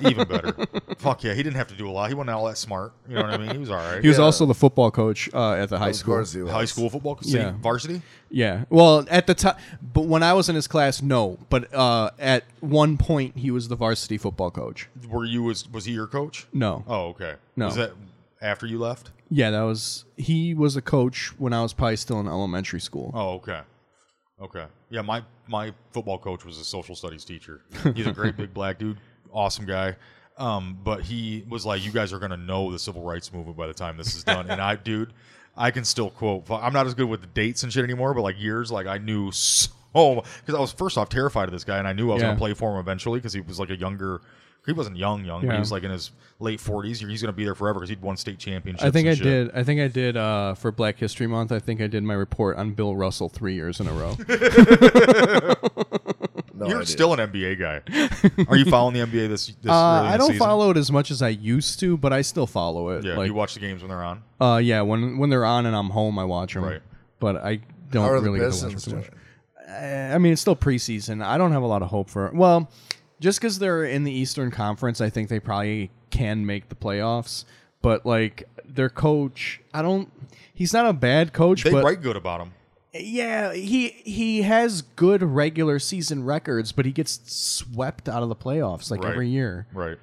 Speaker 2: Even better. Fuck yeah. He didn't have to do a lot. He wasn't all that smart. You know what I mean? He was all right.
Speaker 1: he was also the football coach uh, at the high
Speaker 3: Of
Speaker 1: school
Speaker 3: course he was.
Speaker 2: high school football so
Speaker 1: Yeah.
Speaker 2: varsity.
Speaker 1: yeah well at the time but when i was in his class no but uh, at one point he was the varsity football coach
Speaker 2: Were you was was he your coach?
Speaker 1: no
Speaker 2: Oh, okay.
Speaker 1: No.
Speaker 2: Was that after you left?
Speaker 1: yeah that was he was a coach when i was probably still in elementary school
Speaker 2: Oh, okay. Okay. Yeah, my my football coach was a social studies teacher. He's a great big black dude, awesome guy. Um, but he was like, "You guys are gonna know the civil rights movement by the time this is done."
Speaker 1: [laughs]
Speaker 2: and I, dude, I can still quote. fu- I'm not as good with the dates and shit anymore, but like years, like I knew so because I was first off terrified of this guy, and I knew I was
Speaker 1: Yeah.
Speaker 2: gonna play for him eventually because he was like a younger. He wasn't young, young, but
Speaker 1: Yeah.
Speaker 2: he was like in his late 40s. He's gonna be there forever because he'd won state championships.
Speaker 1: I think
Speaker 2: and
Speaker 1: I
Speaker 2: shit.
Speaker 1: did. I think I did uh, for Black History Month. I think I did my report on Bill Russell three years in
Speaker 2: [laughs]
Speaker 1: a row.
Speaker 3: No
Speaker 2: You're
Speaker 3: idea.
Speaker 2: still an NBA guy. Are you following the NBA this? this early
Speaker 1: uh,
Speaker 2: in
Speaker 1: I
Speaker 2: the
Speaker 1: don't
Speaker 2: season?
Speaker 1: follow it as much as I used to, but I still follow it.
Speaker 2: Yeah,
Speaker 1: like,
Speaker 2: you watch the games when they're on.
Speaker 1: uh, yeah, when when they're on and I'm home, I watch them.
Speaker 2: Right.
Speaker 1: But I don't
Speaker 3: How are
Speaker 1: really
Speaker 3: the
Speaker 1: get to watch
Speaker 3: Pistons
Speaker 1: 'em too much. Uh,
Speaker 3: doing?
Speaker 1: I I mean, it's still preseason. I don't have a lot of hope for. Well, just because they're in the Eastern Conference, I think they probably can make the playoffs. But like their coach, I don't. He's not a bad coach.
Speaker 2: They
Speaker 1: but
Speaker 2: write good about them.
Speaker 1: Yeah, he he has good regular season records, but he gets swept out of the playoffs like
Speaker 2: Right.
Speaker 1: every year.
Speaker 2: Right.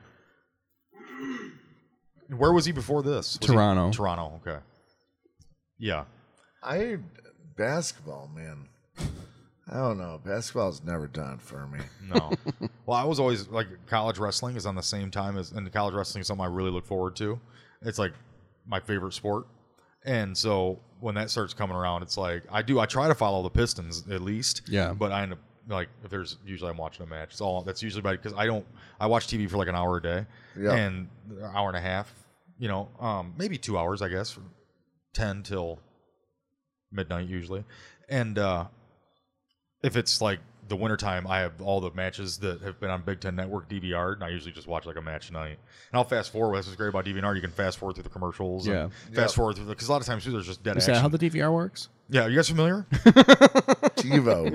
Speaker 2: Where was he before this? Was he-
Speaker 1: Toronto.
Speaker 2: Toronto. Okay. Yeah.
Speaker 3: I basketball, man. I don't know. Basketball's never done for me.
Speaker 2: No. [laughs] well, I was always like college wrestling is on the same time as and college wrestling is something I really look forward to. It's like my favorite sport. And so when that starts coming around, it's like I do I try to follow the Pistons at least.
Speaker 1: Yeah.
Speaker 2: But I end up like if there's usually I'm watching a match. It's all that's usually because I don't I watch TV for like an hour a day.
Speaker 3: Yeah.
Speaker 2: And an hour and a half, you know, um maybe two hours, I guess, from ten till midnight usually. And uh if it's like the wintertime, I have all the matches that have been on Big Ten Network DVR, and I usually just watch like a match night. And I'll fast forward. That's what's great about DVR. You can fast forward through the commercials.
Speaker 1: Yeah.
Speaker 2: And Fast forward through because a lot of times too, there's just dead
Speaker 1: Is
Speaker 2: action.
Speaker 1: that how the DVR works?
Speaker 2: yeah, you guys
Speaker 1: [laughs]
Speaker 2: familiar?
Speaker 3: TiVo,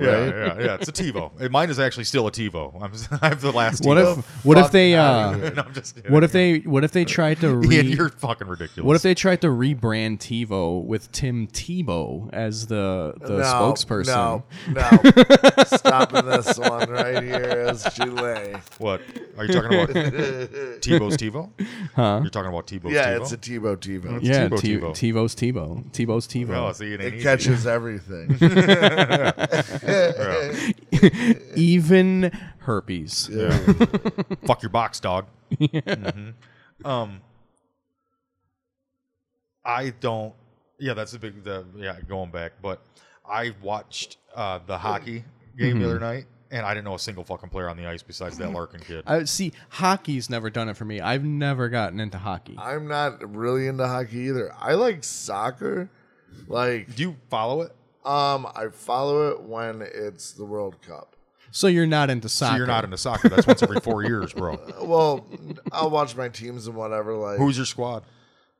Speaker 2: [laughs] yeah,
Speaker 3: right?
Speaker 2: yeah, yeah. It's a TiVo. And Mine is actually still a TiVo. I'm, [laughs] I have the last.
Speaker 1: What
Speaker 2: TiVo.
Speaker 1: if what if
Speaker 3: fuck
Speaker 1: they
Speaker 3: outta
Speaker 1: uh,
Speaker 2: no, I'm just kidding. [laughs]
Speaker 1: what if they what if they tried to re-
Speaker 2: Ian, Uh, you're fucking ridiculous.
Speaker 1: what if they tried to rebrand TiVo with Tim Tebow as the the spokesperson?
Speaker 3: No, no.
Speaker 2: [laughs]
Speaker 3: Stopping this one right here is too late.
Speaker 2: What are you
Speaker 1: [laughs]
Speaker 2: talking about? TiVo's TiVo? Huh? You're talking about Tebow's
Speaker 3: Yeah,
Speaker 2: TiVo?
Speaker 3: it's a TiVo TiVo.
Speaker 1: Yeah,
Speaker 2: Tebow, Tebow.
Speaker 1: T- TiVo's TiVo. TiVo's
Speaker 2: Oh,
Speaker 1: TiVo.
Speaker 2: see, it ain't
Speaker 3: It
Speaker 2: easy.
Speaker 3: catches everything.
Speaker 2: [laughs] Yeah.
Speaker 1: Even herpes.
Speaker 2: fuck your box,
Speaker 1: [laughs]
Speaker 2: dog. hmm Um, I don't. Yeah, that's a big. The, yeah, going back, but I watched uh, the hockey game the other
Speaker 1: Mm-hmm.
Speaker 2: night, and I didn't know a single fucking player on the ice besides that Larkin kid.
Speaker 1: I see. Hockey's never done it for me. I've never gotten into hockey.
Speaker 3: I'm not really into hockey either. I like soccer. Like,
Speaker 2: Do you follow it?
Speaker 3: um, I follow it when it's the World Cup.
Speaker 1: So you're not into soccer.
Speaker 2: So you're not into soccer. That's once every
Speaker 1: [laughs]
Speaker 2: four years, bro.
Speaker 3: Well, [laughs] I'll watch my teams and whatever. Like,
Speaker 2: Who's your squad?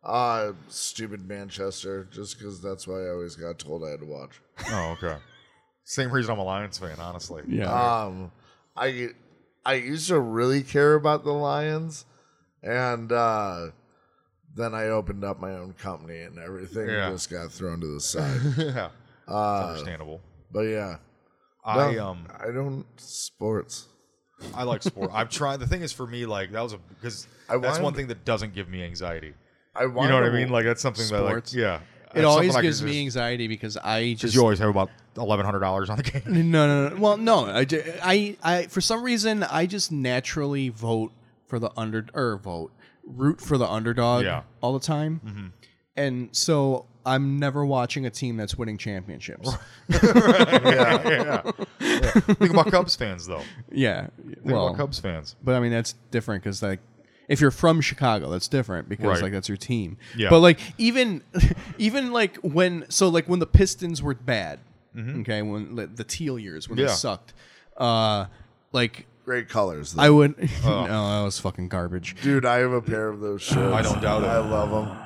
Speaker 3: uh, stupid Manchester, just because that's why I always got told I had to watch.
Speaker 2: Oh, okay. Same reason I'm a Lions fan, honestly. Uh,
Speaker 1: Yeah.
Speaker 3: Um, I I used to really care about the Lions, and uh, then I opened up my own company and everything
Speaker 2: Yeah.
Speaker 3: just got thrown to the side.
Speaker 2: [laughs] yeah. It's
Speaker 3: Uh,
Speaker 2: understandable.
Speaker 3: but yeah,
Speaker 2: I
Speaker 3: No,
Speaker 2: um
Speaker 3: I don't sports.
Speaker 2: I like sport. I've tried. The thing is, for me, like that was a because
Speaker 3: I
Speaker 2: that's
Speaker 3: wanted-
Speaker 2: one thing that doesn't give me anxiety.
Speaker 3: I
Speaker 2: You know what I mean? Like that's something
Speaker 1: Sports.
Speaker 2: that, like, yeah,
Speaker 1: it always gives me anxiety because I
Speaker 2: Because
Speaker 1: just
Speaker 2: you always have about eleven hundred dollars on the
Speaker 1: [laughs]
Speaker 2: game.
Speaker 1: no no no. Well, no. I, ju- I I for some reason I just naturally vote for the under or vote root for the underdog
Speaker 2: Yeah. Mm-hmm.
Speaker 1: all the time, and so I'm never watching a team that's winning championships.
Speaker 2: yeah, [laughs] yeah. Think about Cubs fans though. Think
Speaker 1: [laughs] yeah. Well,
Speaker 2: about Cubs fans.
Speaker 1: But I mean, that's different because like if you're from Chicago, that's different because
Speaker 2: Right.
Speaker 1: like that's your team.
Speaker 2: Yeah.
Speaker 1: But like even [laughs] even like when so like when the Pistons were bad, okay, when like, the teal years when
Speaker 2: Mm-hmm. Yeah.
Speaker 1: they sucked, uh, like
Speaker 3: Great colors, though.
Speaker 1: I [laughs] would
Speaker 2: Oh.
Speaker 1: no that was fucking garbage.
Speaker 3: dude. I have a pair of those shirts.
Speaker 2: I don't doubt it.
Speaker 3: I love
Speaker 2: [laughs]
Speaker 3: them.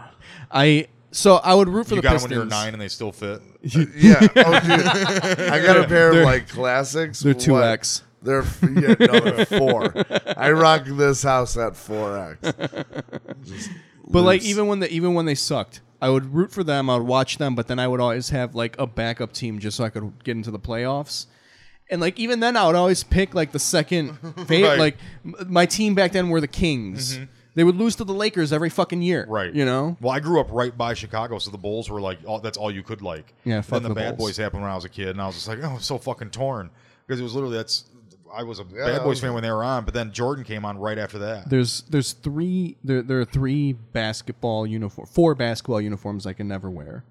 Speaker 1: I so I would root for
Speaker 2: You
Speaker 1: the
Speaker 2: got them
Speaker 1: Pistons.
Speaker 2: when you were nine, and they still
Speaker 1: [laughs]
Speaker 2: fit.
Speaker 3: Yeah. Oh,
Speaker 2: [laughs]
Speaker 3: dude. I got a pair of like classics.
Speaker 1: They're two
Speaker 3: What?
Speaker 1: X.
Speaker 3: They're yeah, no,
Speaker 2: [laughs]
Speaker 3: they're four. I rock this house at four X.
Speaker 1: But like even when the even when they sucked, I would root for them. I would watch them, but then I would always have like a backup team just so I could get into the playoffs. And like even then, I would always pick like
Speaker 2: [laughs]
Speaker 1: the second favorite.
Speaker 2: Right. Mm-hmm.
Speaker 1: Like m- my team back then were the Kings. They would lose to the Lakers every fucking year.
Speaker 2: Right.
Speaker 1: You know.
Speaker 2: Well, I grew up right by Chicago, so the Bulls were like, all, that's all you could like.
Speaker 1: Yeah, fuck
Speaker 2: Then the,
Speaker 1: the
Speaker 2: Bad
Speaker 1: Bulls.
Speaker 2: Boys happened when I was a kid, and I was just like, oh, I'm so fucking torn because it was literally that's. I was a Bad
Speaker 3: that
Speaker 2: Boys
Speaker 3: was-
Speaker 2: fan when they were on, but then Jordan came on right after that.
Speaker 1: There's there's three there there are three basketball uniform four basketball uniforms I can never wear.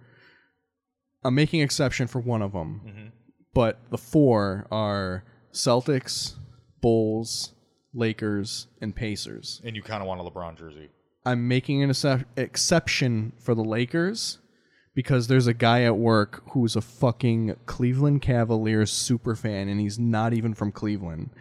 Speaker 1: I'm making exception for one of them, but the four are Celtics, Bulls, Lakers, and Pacers.
Speaker 2: And you kind of want a LeBron jersey.
Speaker 1: I'm making an excep- exception for the Lakers because there's a guy at work who's a fucking Cleveland Cavaliers super fan and he's not even from Cleveland.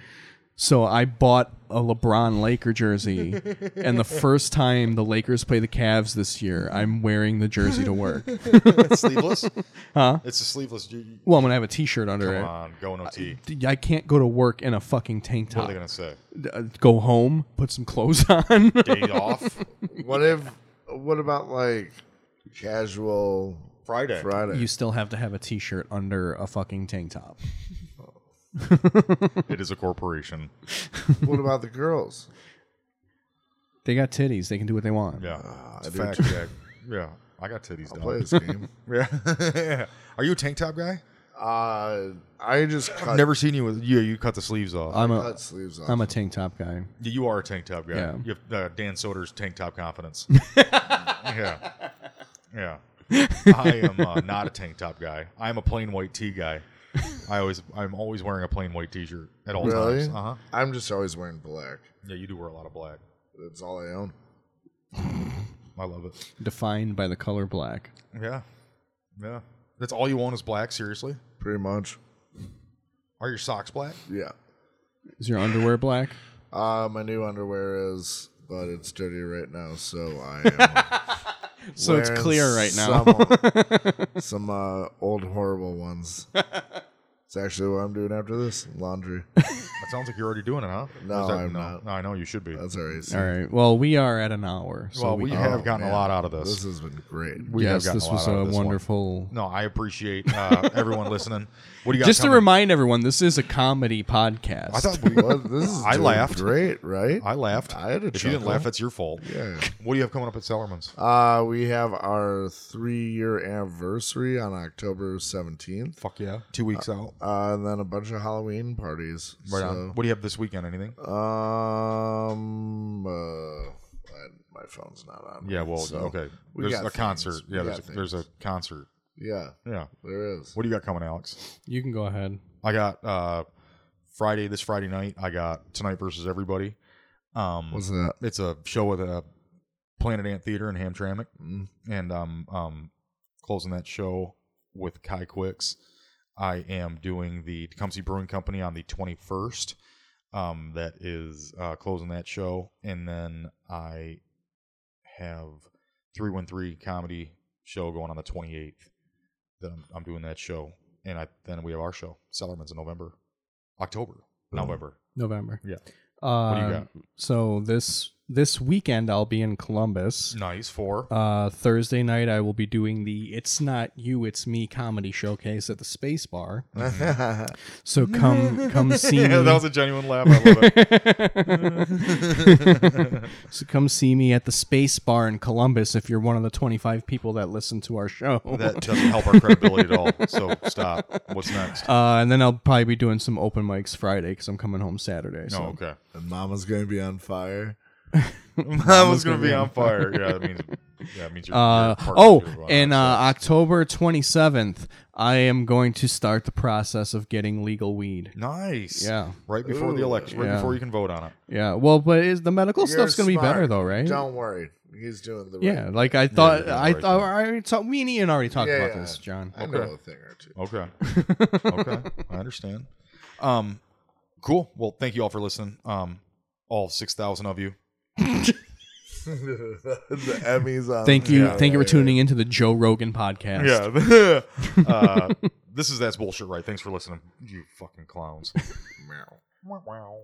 Speaker 1: So I bought a LeBron Laker [laughs] jersey and the first time the Lakers play the Cavs this year, I'm wearing the jersey to [laughs] work.
Speaker 2: It's sleeveless. huh? It's a sleeveless. You, you-
Speaker 1: Well, I'm going to have a t-shirt under
Speaker 2: come
Speaker 1: it.
Speaker 2: on, go no tee.
Speaker 1: D- I can't go to work in a fucking tank
Speaker 2: What are
Speaker 1: top.
Speaker 2: they gonna say?
Speaker 1: D- uh, Go home, put some clothes [laughs] on.
Speaker 2: Day off
Speaker 3: What if? What about like casual
Speaker 2: Friday.
Speaker 3: Friday?
Speaker 1: you still have to have a t-shirt under a fucking tank top.
Speaker 2: It is a corporation.
Speaker 3: what about the girls?
Speaker 1: They got titties. They can do what they want.
Speaker 2: Yeah,
Speaker 3: I
Speaker 2: It's
Speaker 3: do
Speaker 2: fact
Speaker 3: too.
Speaker 2: check. Yeah, Ah, I got titties.
Speaker 3: I'll
Speaker 2: dog.
Speaker 3: play
Speaker 2: [laughs]
Speaker 3: this game.
Speaker 2: Yeah. Are you a tank top guy?
Speaker 3: Uh, I just cut,
Speaker 2: I've never seen you with you. You cut the sleeves off.
Speaker 1: I'm a
Speaker 3: cut sleeves off.
Speaker 1: I'm a tank top guy.
Speaker 2: Yeah, you are a tank top guy.
Speaker 1: Yeah.
Speaker 2: You have uh, Dan Soder's tank top confidence. yeah. Yeah. I am uh, not a tank top guy. I'm a plain white tee guy. I always, I'm always wearing a plain white t-shirt at all
Speaker 3: really?
Speaker 2: times. Uh huh.
Speaker 3: I'm just always wearing black.
Speaker 2: Yeah, you do wear a lot of black.
Speaker 3: That's all I own.
Speaker 2: I love it.
Speaker 1: Defined by the color black.
Speaker 2: Yeah. Yeah. That's all you want is black. Seriously?
Speaker 3: Pretty much.
Speaker 2: Are your socks black?
Speaker 3: Yeah.
Speaker 1: Is your
Speaker 2: [laughs]
Speaker 1: underwear black?
Speaker 3: Uh, my new underwear is, but it's dirty right now, so I
Speaker 2: [laughs]
Speaker 3: am.
Speaker 1: So it's
Speaker 3: wearing
Speaker 1: clear right now. [laughs]
Speaker 2: [laughs]
Speaker 3: Some, some uh, old horrible ones. It's actually what I'm doing after this laundry.
Speaker 2: That sounds like you're already doing it, huh?
Speaker 3: No,
Speaker 2: Is that-
Speaker 3: I'm
Speaker 2: no,
Speaker 3: not.
Speaker 2: No, I know you should be. [laughs]
Speaker 3: That's all right.
Speaker 1: All right. Well, we are at an hour. So
Speaker 2: well,
Speaker 1: we,
Speaker 2: we,
Speaker 1: can-
Speaker 2: have gotten
Speaker 3: man.
Speaker 2: a lot out of this.
Speaker 3: This has been great.
Speaker 2: we have
Speaker 1: yes,
Speaker 2: gotten
Speaker 1: this
Speaker 2: a lot
Speaker 1: was
Speaker 2: out
Speaker 1: a
Speaker 2: of this one.
Speaker 1: wonderful.
Speaker 2: No, I appreciate
Speaker 3: [laughs]
Speaker 2: uh, everyone listening. What do you got?
Speaker 1: Just to
Speaker 2: coming?
Speaker 1: remind everyone, this is a comedy podcast.
Speaker 2: I [laughs] thought we,
Speaker 3: Well, [laughs] this is
Speaker 2: I
Speaker 3: doing
Speaker 2: laughed.
Speaker 3: Great, right?
Speaker 2: I laughed.
Speaker 3: I had a
Speaker 2: if you didn't
Speaker 3: chuckle.
Speaker 2: laugh, that's your fault.
Speaker 3: Yeah.
Speaker 2: What do you have coming up at Sellerman's?
Speaker 3: Uh, we have our three year anniversary on October 17th,
Speaker 2: Fuck yeah, two weeks out.
Speaker 3: uh, and then a bunch of Halloween parties.
Speaker 2: Right on.
Speaker 3: so, Uh,
Speaker 2: What do you have this weekend? Anything?
Speaker 3: Um, uh, my, my phone's not on.
Speaker 2: yeah. Well,
Speaker 3: so-
Speaker 2: okay.
Speaker 3: we
Speaker 2: There's a
Speaker 3: got
Speaker 2: concert.
Speaker 3: things. We
Speaker 2: Yeah. There's,
Speaker 3: got
Speaker 2: there's a
Speaker 3: things.
Speaker 2: concert.
Speaker 3: Yeah,
Speaker 2: Yeah.
Speaker 3: there is.
Speaker 2: What do you got coming, Alex?
Speaker 1: you can go ahead.
Speaker 2: I got uh, Friday. This Friday night, I got tonight versus everybody. Um,
Speaker 3: What's that?
Speaker 2: it's a show at the Planet Ant Theater in Hamtramck.
Speaker 1: Mm-hmm.
Speaker 3: Mm.
Speaker 2: and um um closing that show with Kai Quicks. I am doing the Tecumseh Brewing Company on the 21st. Um, that is uh, closing that show, and then I have 313 comedy show going on the 28th. That I'm, I'm doing that show, and I then we have our show Sellerman's in November, October, November.
Speaker 1: November.
Speaker 2: Yeah.
Speaker 1: Uh,
Speaker 2: What do you got?
Speaker 1: So this this weekend I'll be in Columbus.
Speaker 2: Nice four. [laughs]
Speaker 1: Uh, Thursday night I will be doing the "It's Not You, It's Me" comedy showcase at the Space Bar. So
Speaker 2: [laughs]
Speaker 1: come come see me.
Speaker 2: yeah, that was a genuine laugh. I love
Speaker 1: [laughs]
Speaker 2: [laughs] it.
Speaker 1: so come see me at the Space Bar in Columbus if you're one of the 25 people that listen to our show.
Speaker 2: That doesn't help our credibility at all. So stop. What's next?
Speaker 1: uh, and then I'll probably be doing some open mics Friday because I'm coming home Saturday.
Speaker 2: No,
Speaker 1: So.
Speaker 2: Oh, okay.
Speaker 3: [laughs]
Speaker 1: [laughs]
Speaker 3: and Mama's gonna be on fire.
Speaker 2: Mama's gonna be on fire. Yeah, that
Speaker 1: [laughs]
Speaker 2: means. Yeah, that means you're.
Speaker 1: Uh, oh, and uh, October 27th, I am going to start the process of getting legal weed.
Speaker 2: nice.
Speaker 1: Yeah.
Speaker 2: Right before the
Speaker 3: Ooh,
Speaker 2: election, right
Speaker 1: yeah.
Speaker 2: before you can vote on it.
Speaker 1: Yeah. Well, but is, the medical
Speaker 3: You're
Speaker 1: stuff's going to be better,
Speaker 3: smart.
Speaker 1: though, right?
Speaker 3: Don't worry, he's doing the
Speaker 1: yeah.
Speaker 3: right.
Speaker 1: Like I thought,
Speaker 2: you're doing
Speaker 1: I
Speaker 2: the right
Speaker 1: thought,
Speaker 2: thing.
Speaker 1: I already talked, me and Ian already talked
Speaker 3: Yeah,
Speaker 1: about
Speaker 3: yeah.
Speaker 1: this, John.
Speaker 3: I know a thing or two.
Speaker 1: [laughs]
Speaker 3: [laughs]
Speaker 2: Okay. okay. I understand. Um, cool. Well, thank you all for listening. Um, all six thousand of you.
Speaker 3: the Emmys on.
Speaker 1: Thank you.
Speaker 2: Yeah.
Speaker 1: Thank you for tuning into the Joe Rogan podcast.
Speaker 2: Yeah. [laughs] uh, this is that's bullshit, right? Thanks for listening, you fucking clowns.
Speaker 3: you.
Speaker 2: Wow.